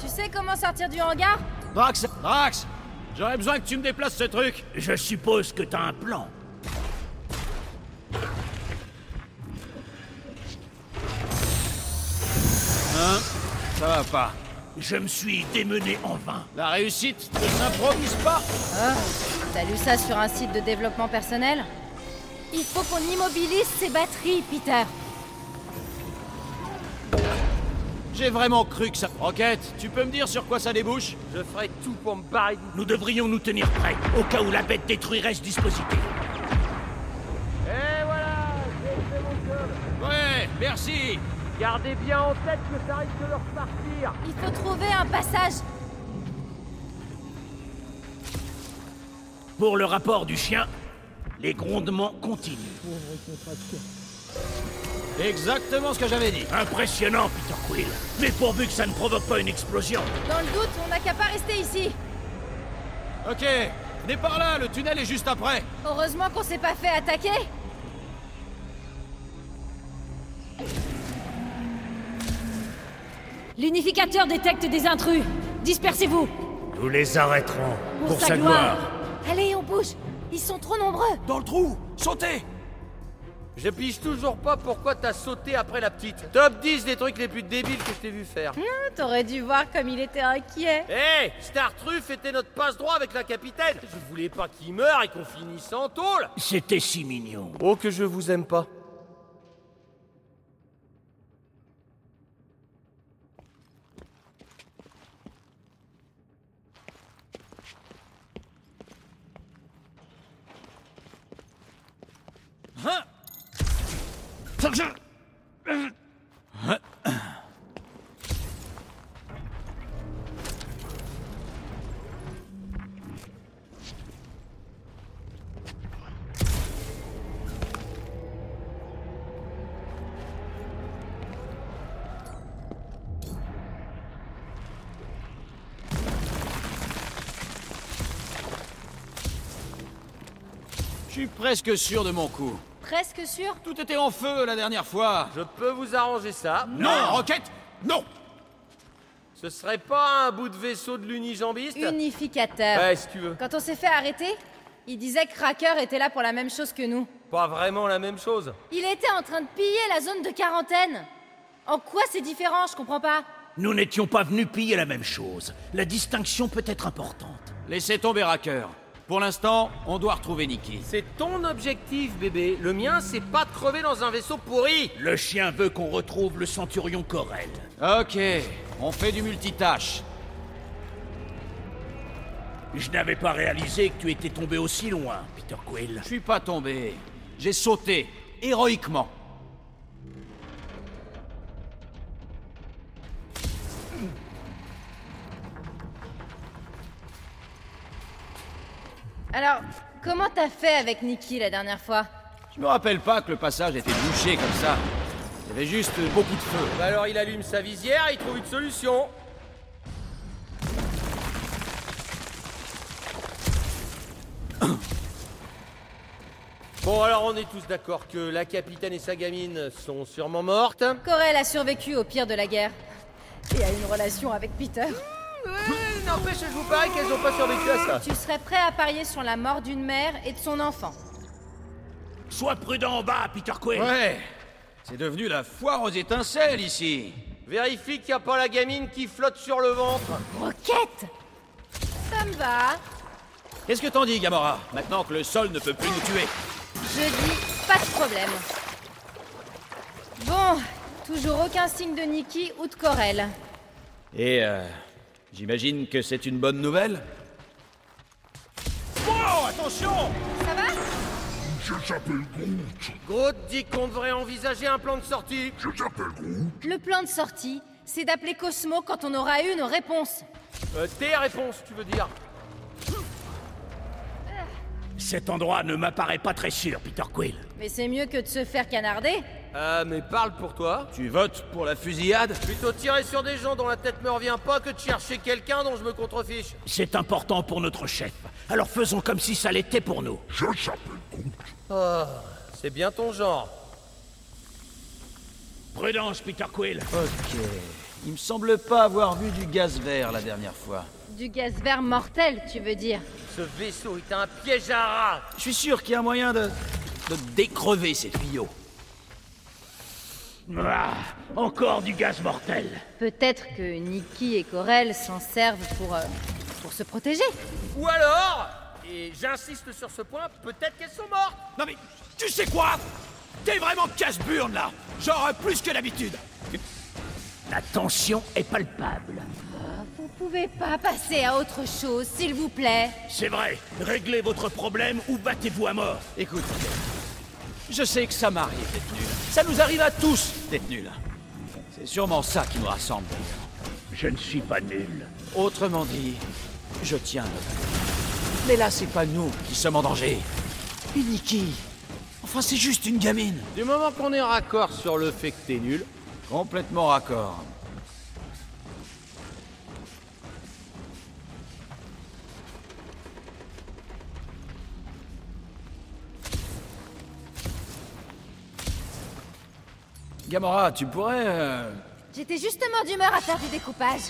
Speaker 4: Tu sais comment sortir du hangar
Speaker 1: Drax Drax J'aurais besoin que tu me déplaces ce truc
Speaker 3: Je suppose que t'as un plan.
Speaker 1: Hein Ça va pas.
Speaker 3: Je me suis démené en vain.
Speaker 1: La réussite ne s'improvise pas
Speaker 4: Ah, T'as lu ça sur un site de développement personnel
Speaker 17: Il faut qu'on immobilise ses batteries, Peter
Speaker 1: J'ai vraiment cru que ça... Rocket, tu peux me dire sur quoi ça débouche
Speaker 5: Je ferai tout pour me barrer de
Speaker 3: Nous devrions nous tenir prêts, au cas où la bête détruirait ce dispositif.
Speaker 5: Et voilà J'ai fait mon job
Speaker 1: Ouais, merci
Speaker 5: Gardez bien en tête que ça risque de leur partir
Speaker 17: Il faut trouver un passage
Speaker 3: Pour le rapport du chien, les grondements continuent.
Speaker 1: Exactement ce que j'avais dit.
Speaker 3: Impressionnant, Peter Quill. Mais pourvu que ça ne provoque pas une explosion.
Speaker 4: Dans le doute, on n'a qu'à pas rester ici
Speaker 1: Ok, venez par là, le tunnel est juste après
Speaker 4: Heureusement qu'on s'est pas fait attaquer
Speaker 17: L'unificateur détecte des intrus Dispersez-vous
Speaker 21: Nous les arrêterons pour,
Speaker 17: sa, gloire. Allez, on bouge Ils sont trop nombreux
Speaker 1: Dans le trou Sautez
Speaker 5: Je pige toujours pas pourquoi t'as sauté après la petite. Top 10 des trucs les plus débiles que je t'ai vu faire.
Speaker 4: Hum, T'aurais dû voir comme il était inquiet
Speaker 5: Hé Star Truff Eh, était notre passe-droit avec la capitaine Je voulais pas qu'il meure et qu'on finisse en tôle
Speaker 3: C'était si mignon.
Speaker 5: Oh que je vous aime pas
Speaker 1: Je suis presque sûr de mon coup.
Speaker 4: Presque sûr
Speaker 1: Tout était en feu la dernière fois
Speaker 5: Je peux vous arranger ça.
Speaker 1: Non, Rocket Non
Speaker 5: Ce serait pas un bout de vaisseau de l'unijambiste
Speaker 4: Unificateur
Speaker 5: Ouais, si tu veux.
Speaker 4: Quand on s'est fait arrêter, il disait que Cracker était là pour la même chose que nous.
Speaker 5: Pas vraiment la même chose.
Speaker 4: Il était en train de piller la zone de quarantaine En quoi c'est différent, je comprends pas
Speaker 3: Nous n'étions pas venus piller la même chose. La distinction peut être importante.
Speaker 1: Laissez tomber Racker. Pour l'instant, on doit retrouver Nikki.
Speaker 5: C'est ton objectif, bébé. Le mien, c'est pas de crever dans un vaisseau pourri.
Speaker 3: Le chien veut qu'on retrouve le centurion Corel.
Speaker 1: Ok, on fait du multitâche.
Speaker 3: Je n'avais pas réalisé que tu étais tombé aussi loin, Peter Quill.
Speaker 1: Je suis pas tombé. J'ai sauté, héroïquement.
Speaker 4: Alors, Comment t'as fait avec Nikki la dernière fois
Speaker 22: Je me rappelle pas que le passage était bouché comme ça. Il y avait juste beaucoup de feu.
Speaker 8: Bah alors il allume sa visière, il trouve une solution. (coughs) Bon alors on est tous d'accord que la capitaine et sa gamine sont sûrement mortes.
Speaker 4: Corel a survécu au pire de la guerre. Et a une relation avec Peter.
Speaker 8: Ouais, N'empêche, je vous parie qu'elles ont pas survécu à ça.
Speaker 4: Tu serais prêt à parier sur la mort d'une mère et de son enfant.
Speaker 3: Sois prudent en bas, Peter Quill
Speaker 1: Ouais C'est devenu la foire aux étincelles ici
Speaker 8: Vérifie qu'il n'y a pas la gamine qui flotte sur le ventre.
Speaker 4: Roquette Ça me va.
Speaker 1: Qu'est-ce que t'en dis, Gamora Maintenant que le sol ne peut plus nous tuer.
Speaker 4: Je dis pas de problème. Bon, toujours aucun signe de Nikki ou de Corel.
Speaker 1: Et euh, j'imagine que c'est une bonne nouvelle
Speaker 3: Wow, attention
Speaker 4: Ça va
Speaker 23: Je s'appelle Groot.
Speaker 8: Groot dit qu'on devrait envisager un plan de sortie.
Speaker 23: Je s'appelle Groot.
Speaker 4: Le plan de sortie, c'est d'appeler Cosmo quand on aura eu nos réponses.
Speaker 8: Euh, tes réponses, tu veux dire
Speaker 3: Cet endroit ne m'apparaît pas très sûr, Peter Quill.
Speaker 4: Mais c'est mieux que de se faire canarder.
Speaker 8: Euh, mais parle pour toi.
Speaker 1: Tu votes pour la fusillade
Speaker 8: Plutôt tirer sur des gens dont la tête me revient pas que de chercher quelqu'un dont je me contrefiche.
Speaker 3: C'est important pour notre chef. Alors faisons comme si ça l'était pour nous.
Speaker 23: Je s'appelle Groot.
Speaker 8: Oh, c'est bien ton genre.
Speaker 3: Prudence, Peter Quill.
Speaker 1: Ok. Il me semble pas avoir vu du gaz vert la dernière fois.
Speaker 4: Du gaz vert mortel, tu veux dire
Speaker 8: Ce vaisseau est un piège à rats.
Speaker 1: Je suis sûr qu'il y a un moyen de. de décrever ces tuyaux.
Speaker 3: Ah, encore du gaz mortel.
Speaker 4: Peut-être que Nikki et Corel s'en servent pour. euh, pour se protéger.
Speaker 8: Ou alors, et j'insiste sur ce point, peut-être qu'elles sont mortes.
Speaker 3: Non mais, tu sais quoi T'es vraiment casse-burne là Genre euh, plus que d'habitude La tension est palpable.
Speaker 4: Vous pouvez pas passer à autre chose, s'il vous plaît.
Speaker 3: C'est vrai, réglez votre problème ou battez-vous à mort.
Speaker 1: Écoute, je sais que ça m'arrive d'être nul. Ça nous arrive à tous d'être nuls. C'est sûrement ça qui nous rassemble. d'ailleurs.
Speaker 3: Je ne suis pas nul.
Speaker 1: Autrement dit, je tiens le Mais là, c'est pas nous qui sommes en danger. Et Nikki. Enfin, c'est juste une gamine.
Speaker 8: Du moment qu'on est raccord sur le fait que t'es nul,
Speaker 1: Complètement raccord. Gamora, tu pourrais... euh,
Speaker 4: J'étais justement d'humeur à faire du découpage.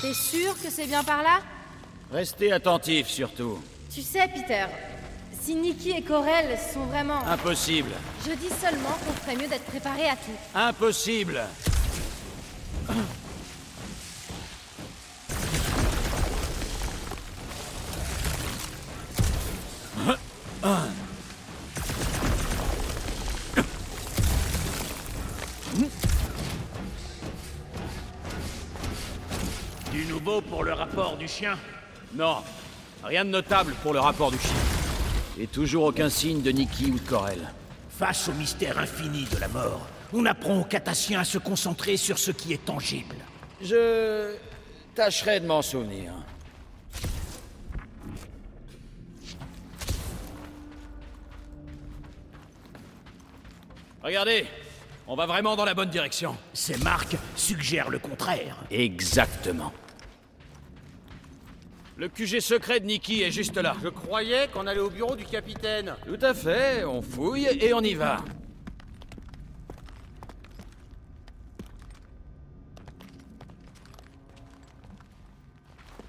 Speaker 4: T'es sûr que c'est bien par là
Speaker 1: Rester attentif, surtout.
Speaker 4: Tu sais, Peter, si Nikki et Corel sont vraiment.
Speaker 1: Impossible.
Speaker 4: Je dis seulement qu'on ferait mieux d'être préparé à tout.
Speaker 1: Impossible.
Speaker 3: Du nouveau pour le rapport du chien
Speaker 1: Non, rien de notable pour le rapport du chien. Et toujours aucun signe de Nikki ou de Corel.
Speaker 3: Face au mystère infini de la mort, on apprend aux catassiens à se concentrer sur ce qui est tangible.
Speaker 1: Je tâcherai de m'en souvenir. Regardez, on va vraiment dans la bonne direction.
Speaker 3: Ces marques suggèrent le contraire.
Speaker 1: Exactement. Le QG secret de Nikki est juste là.
Speaker 8: je croyais qu'on allait au bureau du capitaine.
Speaker 1: Tout à fait, on fouille et on y va.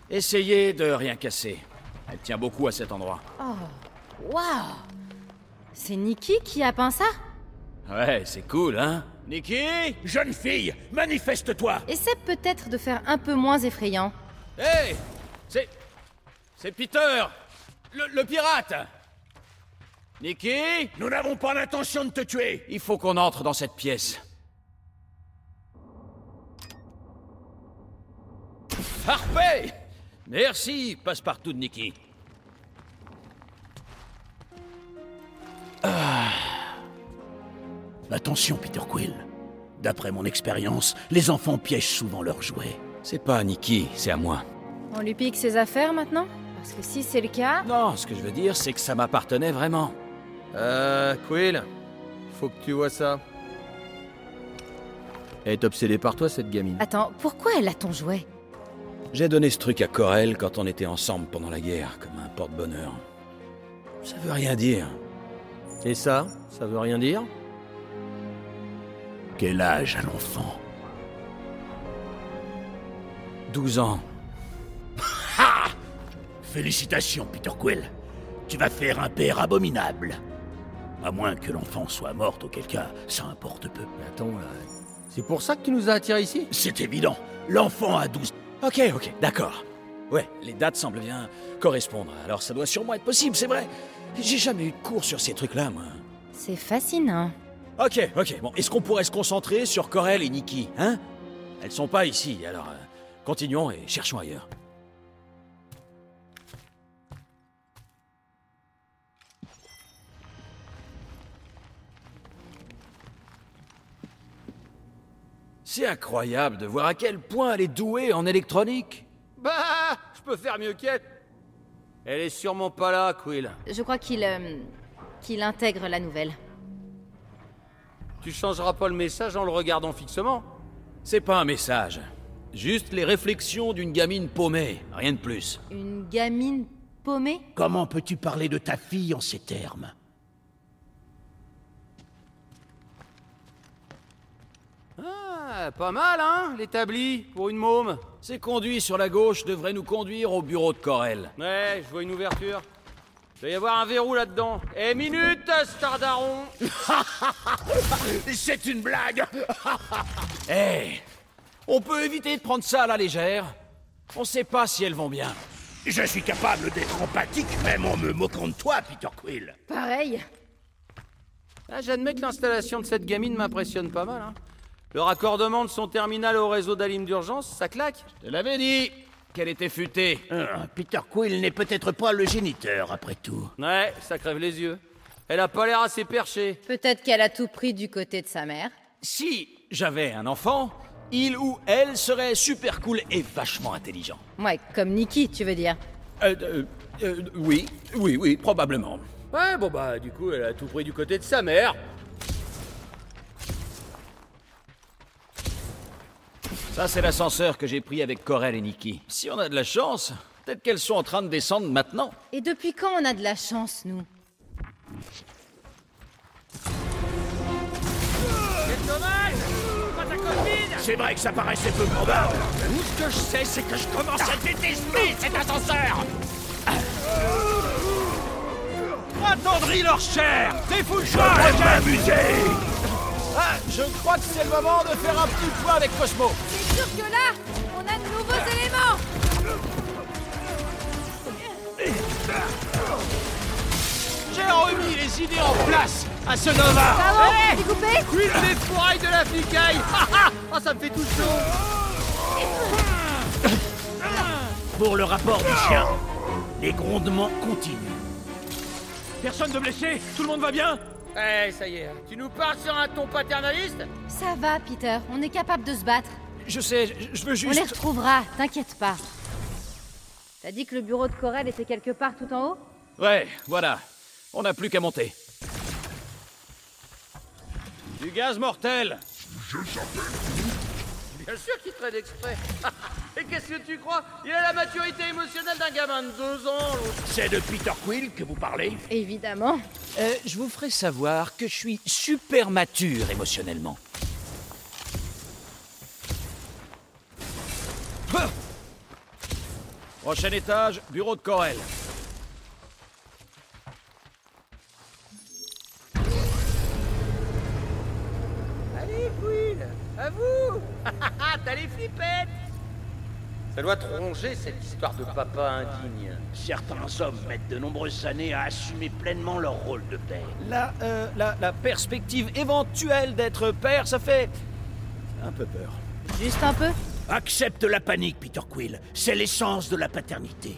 Speaker 1: Essayez de rien casser. Elle tient beaucoup à cet endroit.
Speaker 4: Waouh C'est Nikki qui a peint ça
Speaker 1: Ouais, c'est cool, hein Nikki
Speaker 3: Jeune fille, manifeste-toi
Speaker 4: Essaie peut-être de faire un peu moins effrayant.
Speaker 1: Hey C'est... C'est Peter le, le pirate Nikki
Speaker 3: Nous n'avons pas l'intention de te tuer
Speaker 1: Il faut qu'on entre dans cette pièce. Parfait Merci, passe-partout de Nikki. Ah.
Speaker 3: Attention, Peter Quill. D'après mon expérience, les enfants piègent souvent leurs jouets.
Speaker 1: C'est pas à Nikki, c'est à moi.
Speaker 4: On lui pique ses affaires maintenant Parce que si c'est le cas,
Speaker 1: Non, ce que je veux dire, c'est que ça m'appartenait vraiment.
Speaker 8: Euh, Quill, faut que tu vois ça.
Speaker 1: Elle est obsédée par toi, cette gamine.
Speaker 4: attends, pourquoi elle a ton jouet
Speaker 1: J'ai donné ce truc à Corel quand on était ensemble pendant la guerre, comme un porte-bonheur. Ça veut rien dire.
Speaker 8: Et ça, ça veut rien dire
Speaker 2: Quel âge à l'enfant
Speaker 1: 12
Speaker 2: (laughs)
Speaker 1: ans.
Speaker 2: Félicitations, Peter Quill. Tu vas faire un père abominable. À moins que l'enfant soit mort, auquel cas, ça importe peu.
Speaker 8: Attends, là. C'est pour ça que tu nous as attirés ici
Speaker 2: C'est évident. L'enfant a 12
Speaker 1: Ok, ok, d'accord. Ouais, les dates semblent bien correspondre, alors ça doit sûrement être possible, c'est vrai. J'ai jamais eu de cours sur ces trucs-là, moi.
Speaker 4: C'est fascinant.
Speaker 1: Ok, ok, bon, est-ce qu'on pourrait se concentrer sur Corel et Nikki, hein Elles sont pas ici, alors euh, continuons et cherchons ailleurs. C'est incroyable de voir à quel point elle est douée en électronique.
Speaker 8: Bah, je peux faire mieux qu'elle. Elle est sûrement pas là, Quill.
Speaker 4: Je crois qu'il. euh, qu'il intègre la nouvelle.
Speaker 8: Tu changeras pas le message en le regardant fixement.
Speaker 1: C'est pas un message. Juste les réflexions d'une gamine paumée, rien de plus.
Speaker 4: Une gamine paumée
Speaker 2: Comment peux-tu parler de ta fille en ces termes
Speaker 8: Ah, pas mal, hein, l'établi, pour une môme.
Speaker 1: Ces conduits sur la gauche devraient nous conduire au bureau de Corel.
Speaker 8: Ouais, je vois une ouverture. Il doit y avoir un verrou là-dedans. Eh, minute,
Speaker 1: (laughs)
Speaker 8: Stardaron
Speaker 2: C'est une blague
Speaker 1: Eh On peut éviter de prendre ça à la légère. On sait pas si elles vont bien.
Speaker 2: Je suis capable d'être empathique, même en me moquant de toi, Peter Quill.
Speaker 4: Pareil.
Speaker 8: Ah, J'admets que l'installation de cette gamine m'impressionne pas mal. Hein. Le raccordement de son terminal au réseau d'alim d'urgence, ça claque.
Speaker 1: Je te l'avais dit qu'elle était futée.
Speaker 3: Euh,
Speaker 2: Ah, Peter Quill n'est peut-être pas le géniteur, après tout.
Speaker 8: Ouais, ça crève les yeux. Elle a pas l'air assez perchée.
Speaker 4: Peut-être qu'elle a tout pris du côté de sa mère.
Speaker 1: Si j'avais un enfant, il ou elle serait super cool et vachement intelligent.
Speaker 4: Ouais, comme Nikki, tu veux dire.
Speaker 1: Euh, euh, euh, oui, oui, oui, probablement.
Speaker 8: Ouais, bon bah, du coup, elle a tout pris du côté de sa mère.
Speaker 1: Ça, c'est l'ascenseur que j'ai pris avec Corel et Nikki. Si on a de la chance, peut-être qu'elles sont en train de descendre maintenant.
Speaker 4: Et depuis quand on a de la chance, nous
Speaker 2: C'est vrai que ça paraissait peu probable.
Speaker 1: Tout ce que je sais, c'est que je commence à détester cet ascenseur Attendris leur chair T'es fou de joie,
Speaker 2: J'aimerais
Speaker 1: Roger
Speaker 2: m'amuser
Speaker 1: Ah, je crois que c'est le moment de faire un petit point avec Cosmo.
Speaker 24: C'est sûr que là, on a de nouveaux éléments
Speaker 1: J'ai remis les idées en place à ce Nova
Speaker 24: Ça va, on peut découper
Speaker 8: Une des fourrailles de la flicaille Ah ah Ah, ça me fait tout chaud
Speaker 2: Pour le rapport du chien, les grondements continuent.
Speaker 1: Personne de blessé Tout le monde va bien
Speaker 8: Eh, ça y est, tu nous parles sur un ton paternaliste
Speaker 4: Ça va, Peter, on est capable de se battre.
Speaker 1: Je sais, je- je veux
Speaker 4: On les
Speaker 1: juste...
Speaker 4: retrouvera, t'inquiète pas. T'as dit que le bureau de Corel était quelque part tout en haut
Speaker 1: Ouais, voilà. On n'a plus qu'à monter. Du gaz mortel
Speaker 8: Bien sûr qu'il traîne exprès (laughs) Et qu'est-ce que tu crois Il a la maturité émotionnelle d'un gamin de deux ans, l'autre
Speaker 2: C'est de Peter Quill que vous parlez
Speaker 4: Évidemment.
Speaker 1: Euh, Je vous ferai savoir que je suis super mature émotionnellement. Ah Prochain étage, bureau de Corel.
Speaker 8: Allez, Quill À vous (laughs) T'as les flippettes Ça doit te ronger, cette histoire de papa indigne.
Speaker 2: Certains hommes mettent de nombreuses années à assumer pleinement leur rôle de père.
Speaker 1: La, euh, la, la perspective éventuelle d'être père, ça fait un peu peur.
Speaker 4: Juste un peu
Speaker 2: Accepte la panique, Peter Quill. C'est l'essence de la paternité.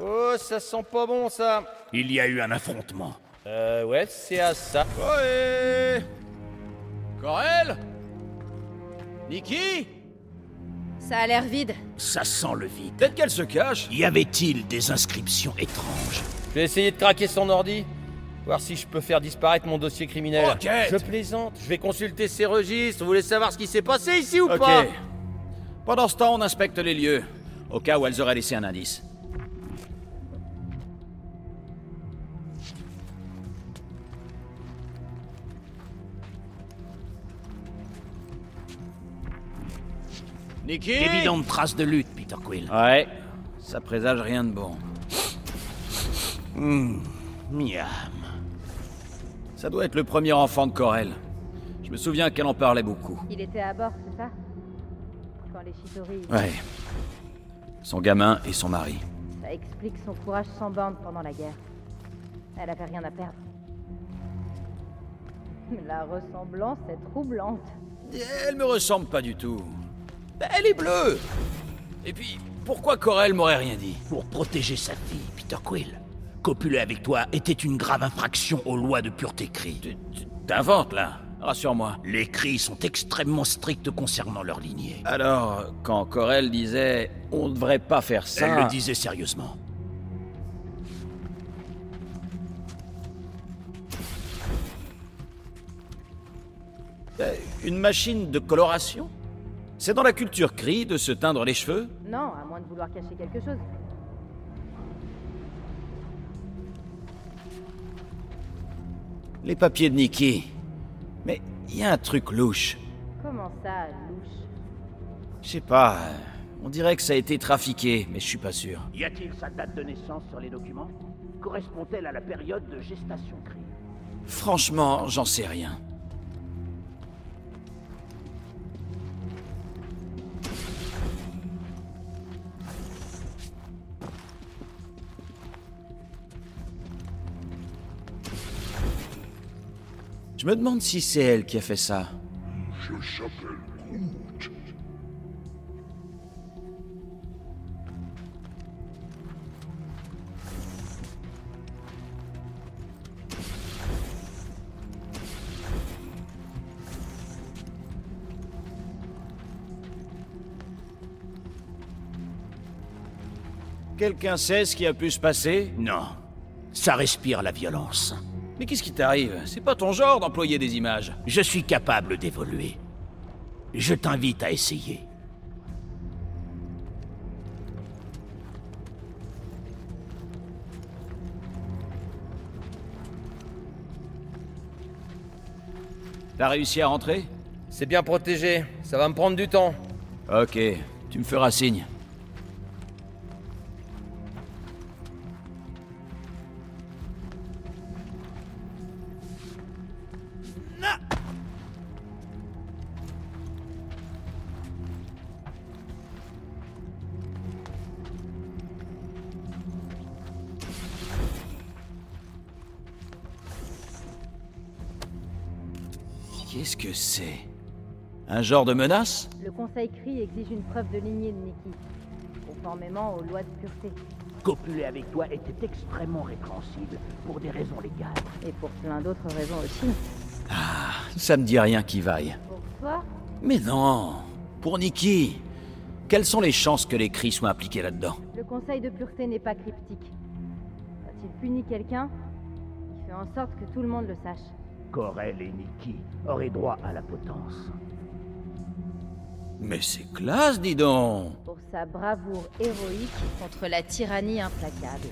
Speaker 8: Oh, ça sent pas bon, ça Oh,
Speaker 2: Il y a eu un affrontement.
Speaker 8: Euh, ouais, c'est à ça.
Speaker 1: Ouais Corel Nikki
Speaker 4: Ça a l'air vide.
Speaker 2: Ça sent le vide.
Speaker 1: Peut-être qu'elle se cache.
Speaker 2: Y avait-il des inscriptions étranges
Speaker 8: Je vais essayer de traquer son ordi. Voir si je peux faire disparaître mon dossier criminel.
Speaker 1: Enquête
Speaker 8: Je plaisante. Je vais consulter ses registres. Vous voulez savoir ce qui s'est passé ici ou
Speaker 1: Ok.
Speaker 8: pas
Speaker 1: Pendant ce temps, on inspecte les lieux, au cas où elles auraient laissé un indice. Nikki
Speaker 2: Évidente trace de lutte, Peter Quill.
Speaker 1: Ouais, ça présage rien de bon.
Speaker 2: Hmm, Miam.
Speaker 1: Ça doit être le premier enfant de Corel. Je me souviens qu'elle en parlait beaucoup.
Speaker 4: Il était à bord, c'est ça Quand les Chitori...
Speaker 1: Ouais. Son gamin et son mari.
Speaker 4: Ça explique son courage sans borne pendant la guerre. Elle avait rien à perdre. La ressemblance est troublante.
Speaker 1: Elle me ressemble pas du tout. Bah, Elle est bleue Et puis, pourquoi Corel m'aurait rien dit
Speaker 2: Pour protéger sa fille, Peter Quill. Copuler avec toi était une grave infraction aux lois de pureté cri.
Speaker 1: T'inventes là, rassure-moi.
Speaker 2: Les cris sont extrêmement stricts concernant leur lignée.
Speaker 1: Alors, quand Corel disait on ne devrait pas faire ça.
Speaker 2: Elle le disait sérieusement.
Speaker 1: Euh, Une machine de coloration C'est dans la culture cri de se teindre les cheveux
Speaker 4: Non, à moins de vouloir cacher quelque chose.
Speaker 1: Les papiers de Nikki. Mais il y a un truc louche.
Speaker 4: Comment ça, louche
Speaker 1: Je sais pas. euh, On dirait que ça a été trafiqué, mais je suis pas sûr.
Speaker 2: Y a-t-il sa date de naissance sur les documents Correspond-elle à la période de gestation cri
Speaker 1: Franchement, j'en sais rien. Je me demande si c'est elle qui a fait ça.
Speaker 25: Je s'appelle Groot.
Speaker 1: Quelqu'un sait ce qui a pu se passer
Speaker 2: Non. Ça respire la violence.
Speaker 1: Mais qu'est-ce qui t'arrive C'est pas ton genre d'employer des images.
Speaker 2: Je suis capable d'évoluer. Je t'invite à essayer.
Speaker 1: T'as réussi à rentrer
Speaker 8: C'est bien protégé. Ça va me prendre du temps.
Speaker 1: Ok, tu me feras signe. Qu'est-ce que c'est Un genre de menace
Speaker 4: Le Conseil CRI exige une preuve de lignée de Nikki, conformément aux lois de pureté.
Speaker 2: Copuler avec toi était extrêmement répréhensible pour des raisons légales.
Speaker 4: Et pour plein d'autres raisons aussi.
Speaker 1: Ça me dit rien qui vaille.
Speaker 4: Pour toi,
Speaker 1: Mais non Pour Nikki Quelles sont les chances que les cris soient impliqués là-dedans
Speaker 4: le Conseil de pureté n'est pas cryptique. Quand il punit quelqu'un, il fait en sorte que tout le monde le sache.
Speaker 2: Corel et Nikki auraient droit à la potence.
Speaker 1: Mais c'est classe, dis donc
Speaker 4: Pour sa bravoure héroïque contre la tyrannie implacable.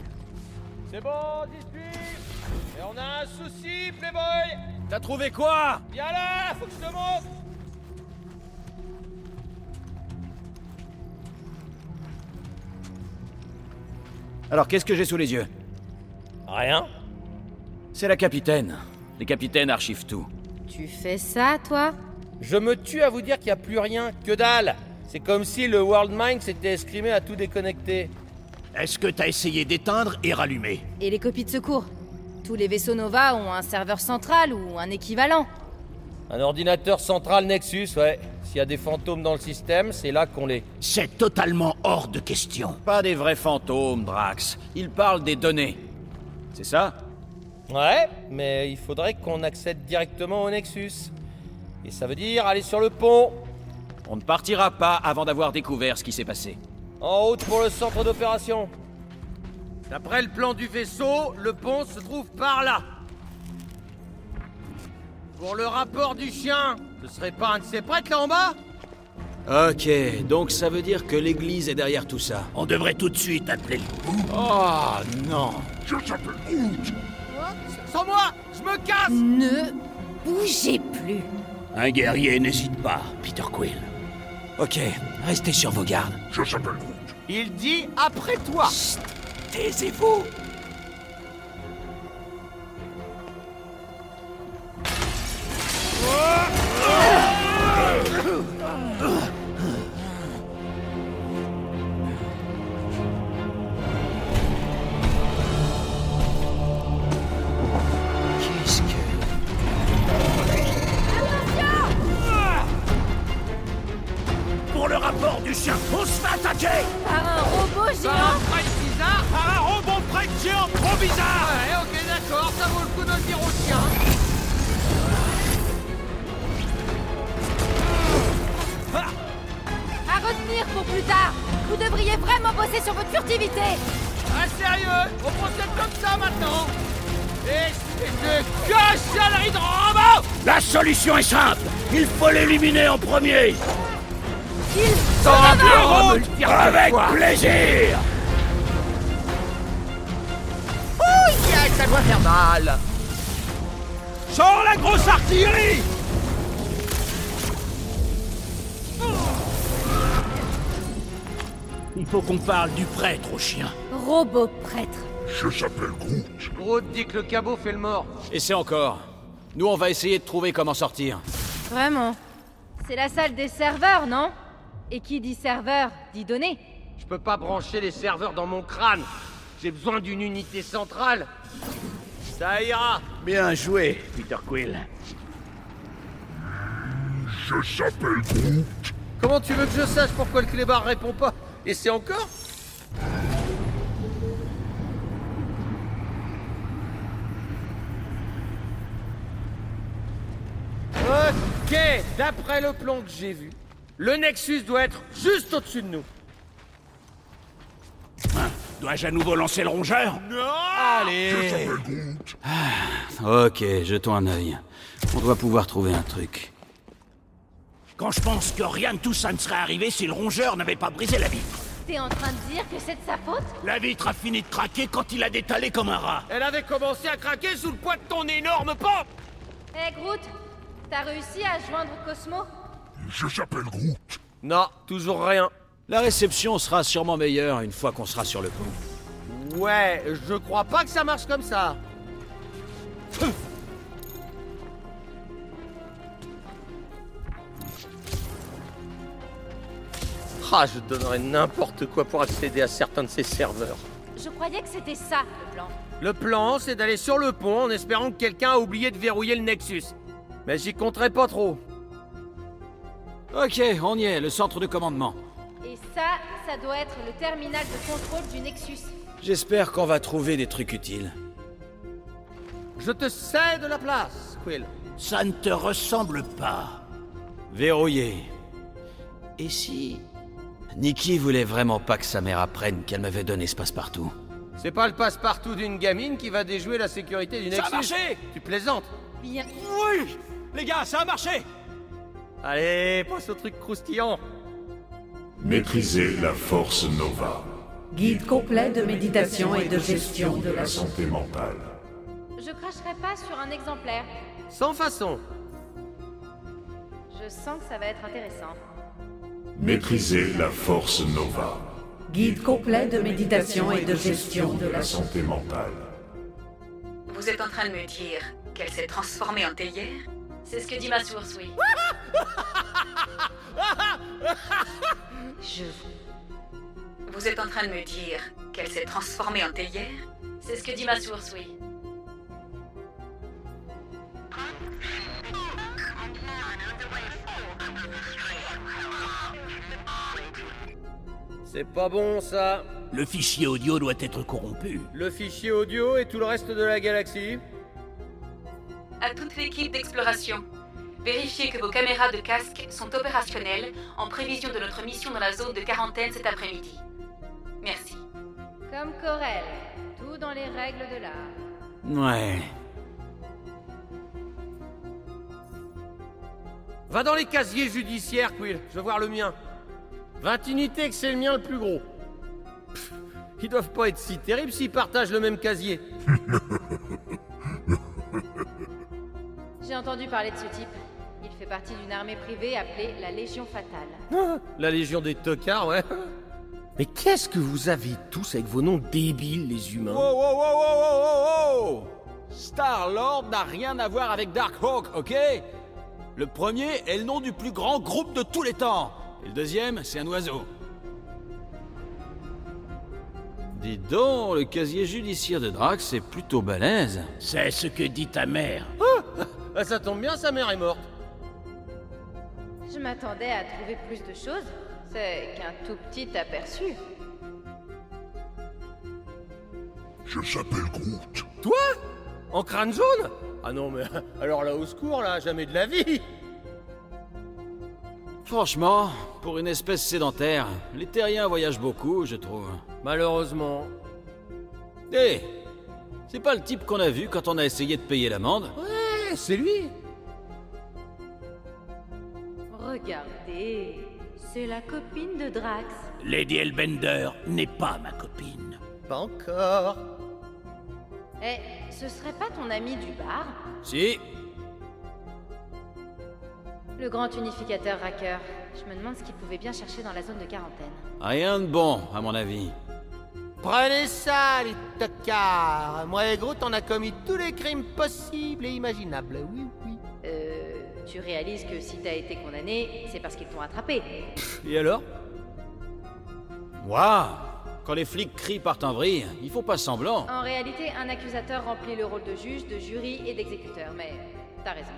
Speaker 8: C'est bon, 18 Et on a un souci, Playboy
Speaker 1: T'as trouvé quoi
Speaker 8: Viens là, faut que je te montre
Speaker 1: Alors qu'est-ce que j'ai sous les yeux
Speaker 8: Rien
Speaker 1: C'est la capitaine. Les capitaines archivent tout.
Speaker 4: Tu fais ça, toi
Speaker 8: Je me tue à vous dire qu'il n'y a plus rien, que dalle C'est comme si le World Mind s'était escrimé à tout déconnecter.
Speaker 2: Est-ce que t'as essayé d'éteindre et rallumer
Speaker 4: Et les copies de secours Tous les vaisseaux Nova ont un serveur central ou un équivalent.
Speaker 8: Un ordinateur central Nexus, ouais. S'il y a des fantômes dans le système, c'est là qu'on les...
Speaker 2: C'est totalement hors de question.
Speaker 1: Pas des vrais fantômes, Drax. Ils parlent des données. C'est ça
Speaker 8: Ouais, mais il faudrait qu'on accède directement au Nexus. Et ça veut dire aller sur le pont.
Speaker 1: On ne partira pas avant d'avoir découvert ce qui s'est passé.
Speaker 8: En route pour le centre d'opération. D'après le plan du vaisseau, le pont se trouve par là. Pour le rapport du chien, ce serait pas un de ces prêtres là en bas
Speaker 1: Ok, donc ça veut dire que l'église est derrière tout ça.
Speaker 3: On devrait tout de suite appeler le
Speaker 1: Oh non
Speaker 26: Je s'appelle Hoot
Speaker 8: Sans moi, je me casse
Speaker 27: Ne bougez plus.
Speaker 3: Un guerrier n'hésite pas, Peter Quill.
Speaker 1: Ok, restez sur vos gardes.
Speaker 26: Je s'appelle Hoot
Speaker 8: Il dit après toi
Speaker 3: Taisez-vous
Speaker 1: Qu'est-ce que.
Speaker 3: Pour le rapport du chien, on se fait attaquer
Speaker 27: Par un robot géant
Speaker 8: bizarre
Speaker 28: Par un robot près géant trop bizarre
Speaker 8: Ouais, ok, d'accord, ça vaut le coup de le dire au chien.
Speaker 27: à retenir pour plus tard. Vous devriez vraiment bosser sur votre furtivité.
Speaker 8: Ah, sérieux On procède comme ça maintenant Espèce de cochonnerie de robot
Speaker 3: La solution est simple Il faut l'éliminer en premier
Speaker 27: Il
Speaker 3: Avec plaisir
Speaker 8: Ouh, yes, ça doit faire mal
Speaker 28: Sors la grosse artillerie
Speaker 3: Il faut qu'on parle du prêtre au chien.
Speaker 27: Robot prêtre.
Speaker 26: Je s'appelle Groot
Speaker 8: Groot dit que le cabot fait le mort.
Speaker 1: Et c'est encore. Nous, on va essayer de trouver comment sortir.
Speaker 4: Vraiment C'est la salle des serveurs, non Et qui dit serveur, dit données.
Speaker 8: Je peux pas brancher les serveurs dans mon crâne. J'ai besoin d'une unité centrale. Ça ira.
Speaker 3: Bien joué, Peter Quill.
Speaker 26: Je s'appelle Groot
Speaker 8: Comment tu veux que je sache pourquoi le clébard répond pas Et c'est encore Ok, d'après le plan que j'ai vu, le Nexus doit être juste au-dessus de nous.
Speaker 3: Dois-je à nouveau lancer le rongeur
Speaker 1: Allez Ok, jetons un œil. On doit pouvoir trouver un truc.
Speaker 3: Quand je pense que rien de tout ça ne serait arrivé si le rongeur n'avait pas brisé la vitre.
Speaker 4: T'es en train de dire que c'est de sa faute
Speaker 3: La vitre a fini de craquer quand il a détalé comme un rat.
Speaker 8: Elle avait commencé à craquer sous le poids de ton énorme pompe
Speaker 4: Hé Eh, Groot, t'as réussi à joindre Cosmo
Speaker 26: Je s'appelle Groot
Speaker 8: Non, toujours rien.
Speaker 1: La réception sera sûrement meilleure une fois qu'on sera sur le pont.
Speaker 8: Ouais, je crois pas que ça marche comme ça. Ah, je donnerais n'importe quoi pour accéder à certains de ces serveurs.
Speaker 4: Je croyais que c'était ça le plan.
Speaker 8: Le plan, c'est d'aller sur le pont en espérant que quelqu'un a oublié de verrouiller le Nexus. Mais j'y compterai pas trop.
Speaker 1: Ok, on y est, le centre de commandement.
Speaker 4: Et ça, ça doit être le terminal de contrôle du Nexus.
Speaker 1: J'espère qu'on va trouver des trucs utiles.
Speaker 8: Je te cède la place, Quill.
Speaker 3: Ça ne te ressemble pas.
Speaker 1: Verrouillé. Et si. Nikki voulait vraiment pas que sa mère apprenne qu'elle m'avait donné ce passe-partout.
Speaker 8: C'est pas le passe-partout d'une gamine qui va déjouer la sécurité du
Speaker 29: Ça
Speaker 8: Nexus.
Speaker 29: a marché
Speaker 8: Tu plaisantes
Speaker 4: Bien.
Speaker 29: Oui Les gars, ça a marché
Speaker 8: Allez, passe au truc croustillant.
Speaker 6: Maîtriser la force Nova.
Speaker 30: Guide complet de méditation et de gestion de la santé.
Speaker 6: santé mentale.
Speaker 4: Je cracherai pas sur un exemplaire.
Speaker 8: Sans façon.
Speaker 4: Je sens que ça va être intéressant.
Speaker 6: Maîtriser la force Nova.
Speaker 30: Guide complet de méditation et de gestion de la santé.
Speaker 6: santé mentale.
Speaker 10: Vous êtes en train de me dire qu'elle s'est transformée en théière
Speaker 31: C'est ce que dit ma source, oui.
Speaker 10: Je vous. Vous êtes en train de me dire qu'elle s'est transformée en théière
Speaker 31: C'est ce que dit ma source, oui.
Speaker 8: C'est pas bon ça.
Speaker 3: Le fichier audio doit être corrompu.
Speaker 8: Le fichier audio et tout le reste de la galaxie
Speaker 30: à toute l'équipe d'exploration. Vérifiez que vos caméras de casque sont opérationnelles en prévision de notre mission dans la zone de quarantaine cet après-midi. Merci.
Speaker 4: Comme Corel, tout dans les règles de l'art.
Speaker 1: Ouais.
Speaker 8: Va dans les casiers judiciaires, Quill. Je veux voir le mien. 20 unités que c'est le mien le plus gros. Pff, ils doivent pas être si terribles s'ils partagent le même casier.
Speaker 4: J'ai entendu parler de ce type. Il fait partie d'une armée privée appelée la Légion Fatale.
Speaker 8: La légion des tocards, ouais.
Speaker 32: Mais qu'est-ce que vous avez tous avec vos noms débiles, les humains
Speaker 33: Oh, oh, oh, oh, oh, oh, oh Star-Lord n'a rien à voir avec Darkhawk, ok Le premier est le nom du plus grand groupe de tous les temps. Et le deuxième, c'est un oiseau.
Speaker 1: Dis donc, le casier judiciaire de Drax est plutôt balèze.
Speaker 3: C'est ce que dit ta mère.
Speaker 8: Ah, ça tombe bien, sa mère est morte.
Speaker 4: Je m'attendais à trouver plus de choses. C'est qu'un tout petit aperçu.
Speaker 34: Je s'appelle Groot.
Speaker 8: Toi En crâne jaune Ah non, mais (laughs) alors là, au secours, là, jamais de la vie
Speaker 1: Franchement, pour une espèce sédentaire, les terriens voyagent beaucoup, je trouve.
Speaker 8: Malheureusement.
Speaker 1: Hé C'est pas le type qu'on a vu quand on a essayé de payer l'amende
Speaker 8: Ouais, Eh, c'est lui
Speaker 4: Regardez, c'est la copine de Drax.
Speaker 3: Lady Elbender n'est pas ma copine.
Speaker 8: Pas encore.
Speaker 4: Eh, ce serait pas ton ami du bar
Speaker 1: Si
Speaker 4: Le grand unificateur racker. Je me demande ce qu'il pouvait bien chercher dans la zone de quarantaine.
Speaker 1: Rien de bon, à mon avis.
Speaker 8: Prenez ça, les tocards Moi et Groot, on a commis tous les crimes possibles et imaginables, oui, oui.
Speaker 4: Euh, tu réalises que si t'as été condamné, c'est parce qu'ils t'ont attrapé.
Speaker 8: Et alors
Speaker 1: Waouh Quand les flics crient partent en vrille, ils font pas semblant.
Speaker 4: En réalité, un accusateur remplit le rôle de juge, de jury et d'exécuteur, mais t'as raison.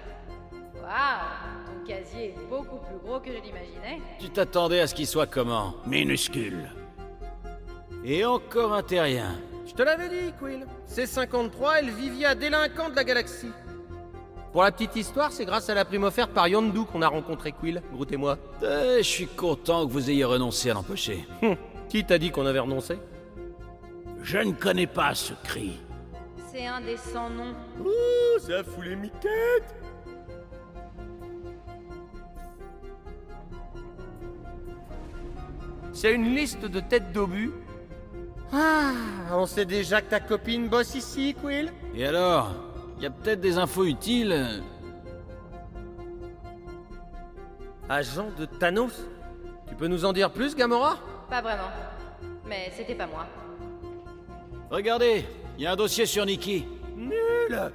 Speaker 4: Waouh Ton casier est beaucoup plus gros que je l'imaginais.
Speaker 1: Tu t'attendais à ce qu'il soit comment
Speaker 3: Minuscule.
Speaker 1: Et encore un terrien.
Speaker 8: Je te l'avais dit, Quill. C53 est le vivia délinquant de la galaxie. Pour la petite histoire, c'est grâce à la prime offerte par Yondu qu'on a rencontré Quill, Groot et moi.
Speaker 1: Eh, je suis content que vous ayez renoncé à l'empocher.
Speaker 8: Hum, qui t'a dit qu'on avait renoncé
Speaker 3: Je ne connais pas ce cri.
Speaker 4: C'est un des 100 noms.
Speaker 8: Ouh, ça fout les miquettes C'est une liste de têtes d'obus. Ah, on sait déjà que ta copine bosse ici, Quill
Speaker 1: Et alors Il y a peut-être des infos utiles euh,
Speaker 8: Agent de Thanos Tu peux nous en dire plus, Gamora
Speaker 4: Pas vraiment. Mais c'était pas moi.
Speaker 1: Regardez, il y a un dossier sur Nikki.
Speaker 8: Nul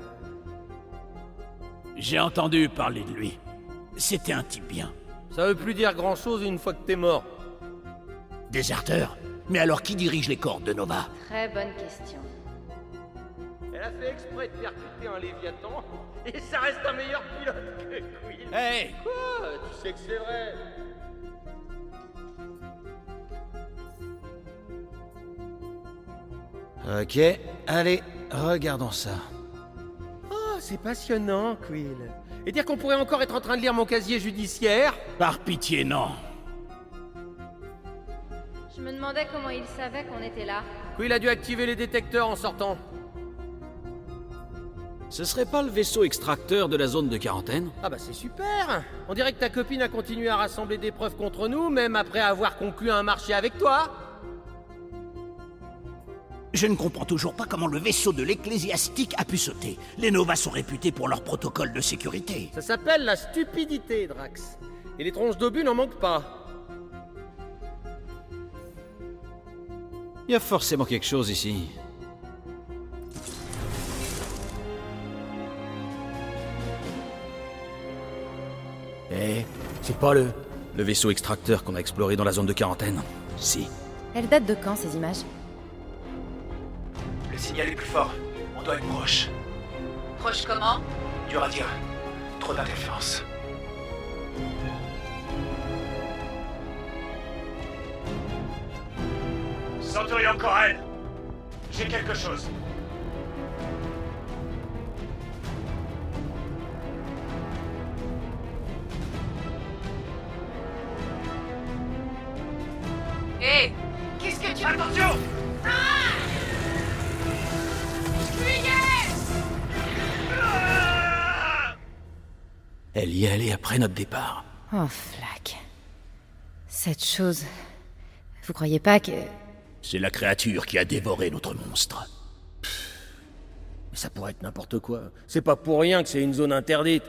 Speaker 3: J'ai entendu parler de lui. C'était un type bien.
Speaker 8: Ça veut plus dire grand-chose une fois que t'es mort.
Speaker 3: Déserteur Mais alors qui dirige les cordes de Nova
Speaker 4: Très bonne question.
Speaker 35: Elle a fait exprès de percuter un Léviathan, (laughs) et ça reste un meilleur pilote que Quill.
Speaker 1: Hey
Speaker 8: Ah,
Speaker 35: Quoi Tu sais que c'est vrai
Speaker 1: Ok, allez, regardons ça.
Speaker 8: Oh, c'est passionnant, Quill. Et dire qu'on pourrait encore être en train de lire mon casier judiciaire
Speaker 3: Par pitié, non.
Speaker 4: Je me demandais comment il savait qu'on était là.
Speaker 8: Quill a dû activer les détecteurs en sortant.
Speaker 1: Ce serait pas le vaisseau extracteur de la zone de quarantaine
Speaker 8: Ah bah c'est super On dirait que ta copine a continué à rassembler des preuves contre nous, même après avoir conclu un marché avec toi
Speaker 3: Je ne comprends toujours pas comment le vaisseau de l'ecclésiastique a pu sauter. Les Novas sont réputés pour leur protocole de sécurité.
Speaker 8: Ça s'appelle la stupidité, Drax. Et les tronches d'obus n'en manquent pas.
Speaker 1: Il y a forcément quelque chose ici.
Speaker 32: Eh, c'est pas le...
Speaker 1: Le vaisseau extracteur qu'on a exploré dans la zone de quarantaine Si.
Speaker 4: Elles datent de quand ces images
Speaker 36: Le signal est plus fort. On doit être proche.
Speaker 30: Proche comment
Speaker 36: Dur à dire. Trop d'interférences. Centurion Corel J'ai quelque chose.
Speaker 30: Hé Eh, Qu'est-ce que tu... Attention Ah Fuyez
Speaker 1: Elle y est allée après notre départ.
Speaker 4: Oh, flaque. Cette chose. Vous croyez pas que.
Speaker 2: C'est la créature qui a dévoré notre monstre. Mais ça pourrait être n'importe quoi.
Speaker 3: C'est pas pour rien que c'est une zone interdite.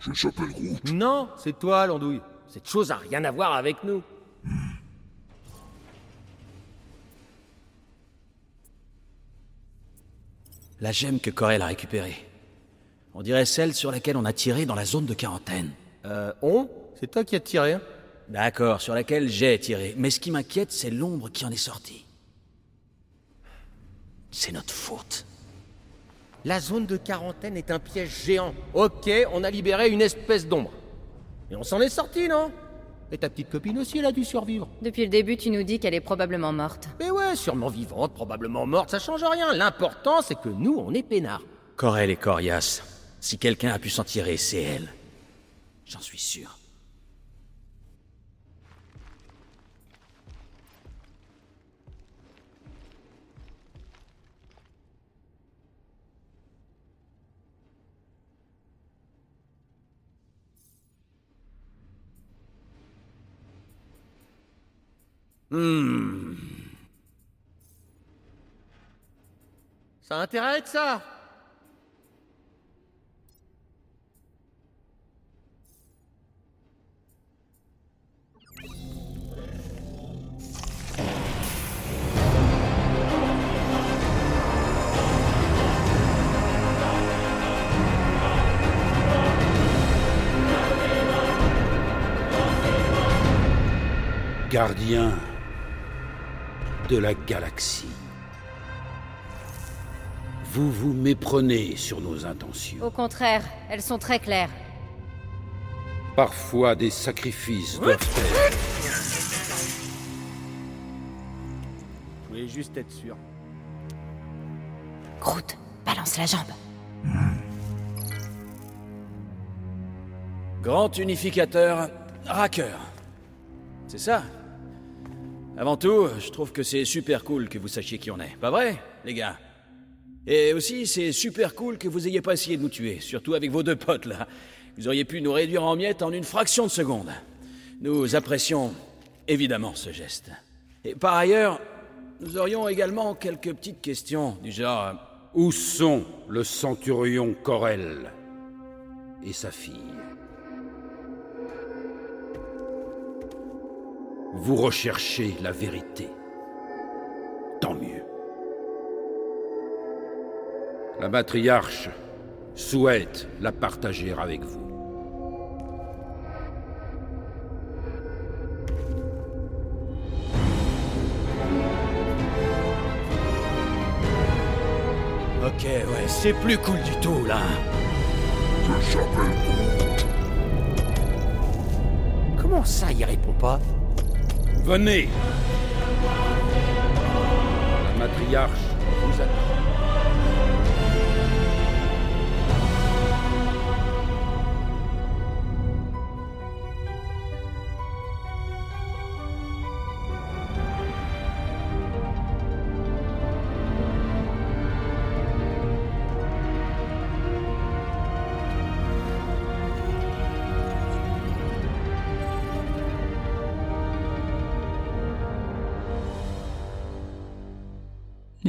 Speaker 37: Je s'appelle Roux.
Speaker 3: Non, c'est toi, l'andouille. Cette chose a rien à voir avec nous.
Speaker 1: La gemme que Corel a récupérée. On dirait celle sur laquelle on a tiré dans la zone de quarantaine.
Speaker 3: Euh, on C'est toi qui as tiré, hein
Speaker 1: D'accord, sur laquelle j'ai tiré. Mais ce qui m'inquiète, c'est l'ombre qui en est sortie. C'est notre faute.
Speaker 3: La zone de quarantaine est un piège géant. Ok, on a libéré une espèce d'ombre. Et on s'en est sorti, non Et ta petite copine aussi, elle a dû survivre.
Speaker 4: Depuis le début, tu nous dis qu'elle est probablement morte.
Speaker 3: Mais ouais, sûrement vivante, probablement morte, ça change rien. L'important, c'est que nous, on est peinards.
Speaker 1: Corel est coriace. Si quelqu'un a pu s'en tirer, c'est elle. J'en suis sûr.
Speaker 2: Hmm.
Speaker 3: Ça a intérêt à être ça
Speaker 38: Gardien de la galaxie. Vous vous méprenez sur nos intentions.
Speaker 4: Au contraire, elles sont très claires.
Speaker 38: Parfois des sacrifices doivent être.
Speaker 3: Je voulais juste être sûr.
Speaker 4: Groot, balance la jambe.
Speaker 1: Grand unificateur, raqueur. C'est ça Avant tout, je trouve que c'est super cool que vous sachiez qui on est. Pas vrai, les gars Et aussi, c'est super cool que vous ayez pas essayé de nous tuer, surtout avec vos deux potes là. Vous auriez pu nous réduire en miettes en une fraction de seconde. Nous apprécions évidemment ce geste. Et par ailleurs, nous aurions également quelques petites questions, du genre. euh,
Speaker 38: Où sont le centurion Corel et sa fille Vous recherchez la vérité. Tant mieux. La matriarche souhaite la partager avec vous.
Speaker 1: Ok, ouais, c'est plus cool du tout là.
Speaker 39: Comment ça, il répond pas
Speaker 38: Venez La matriarche vous attend.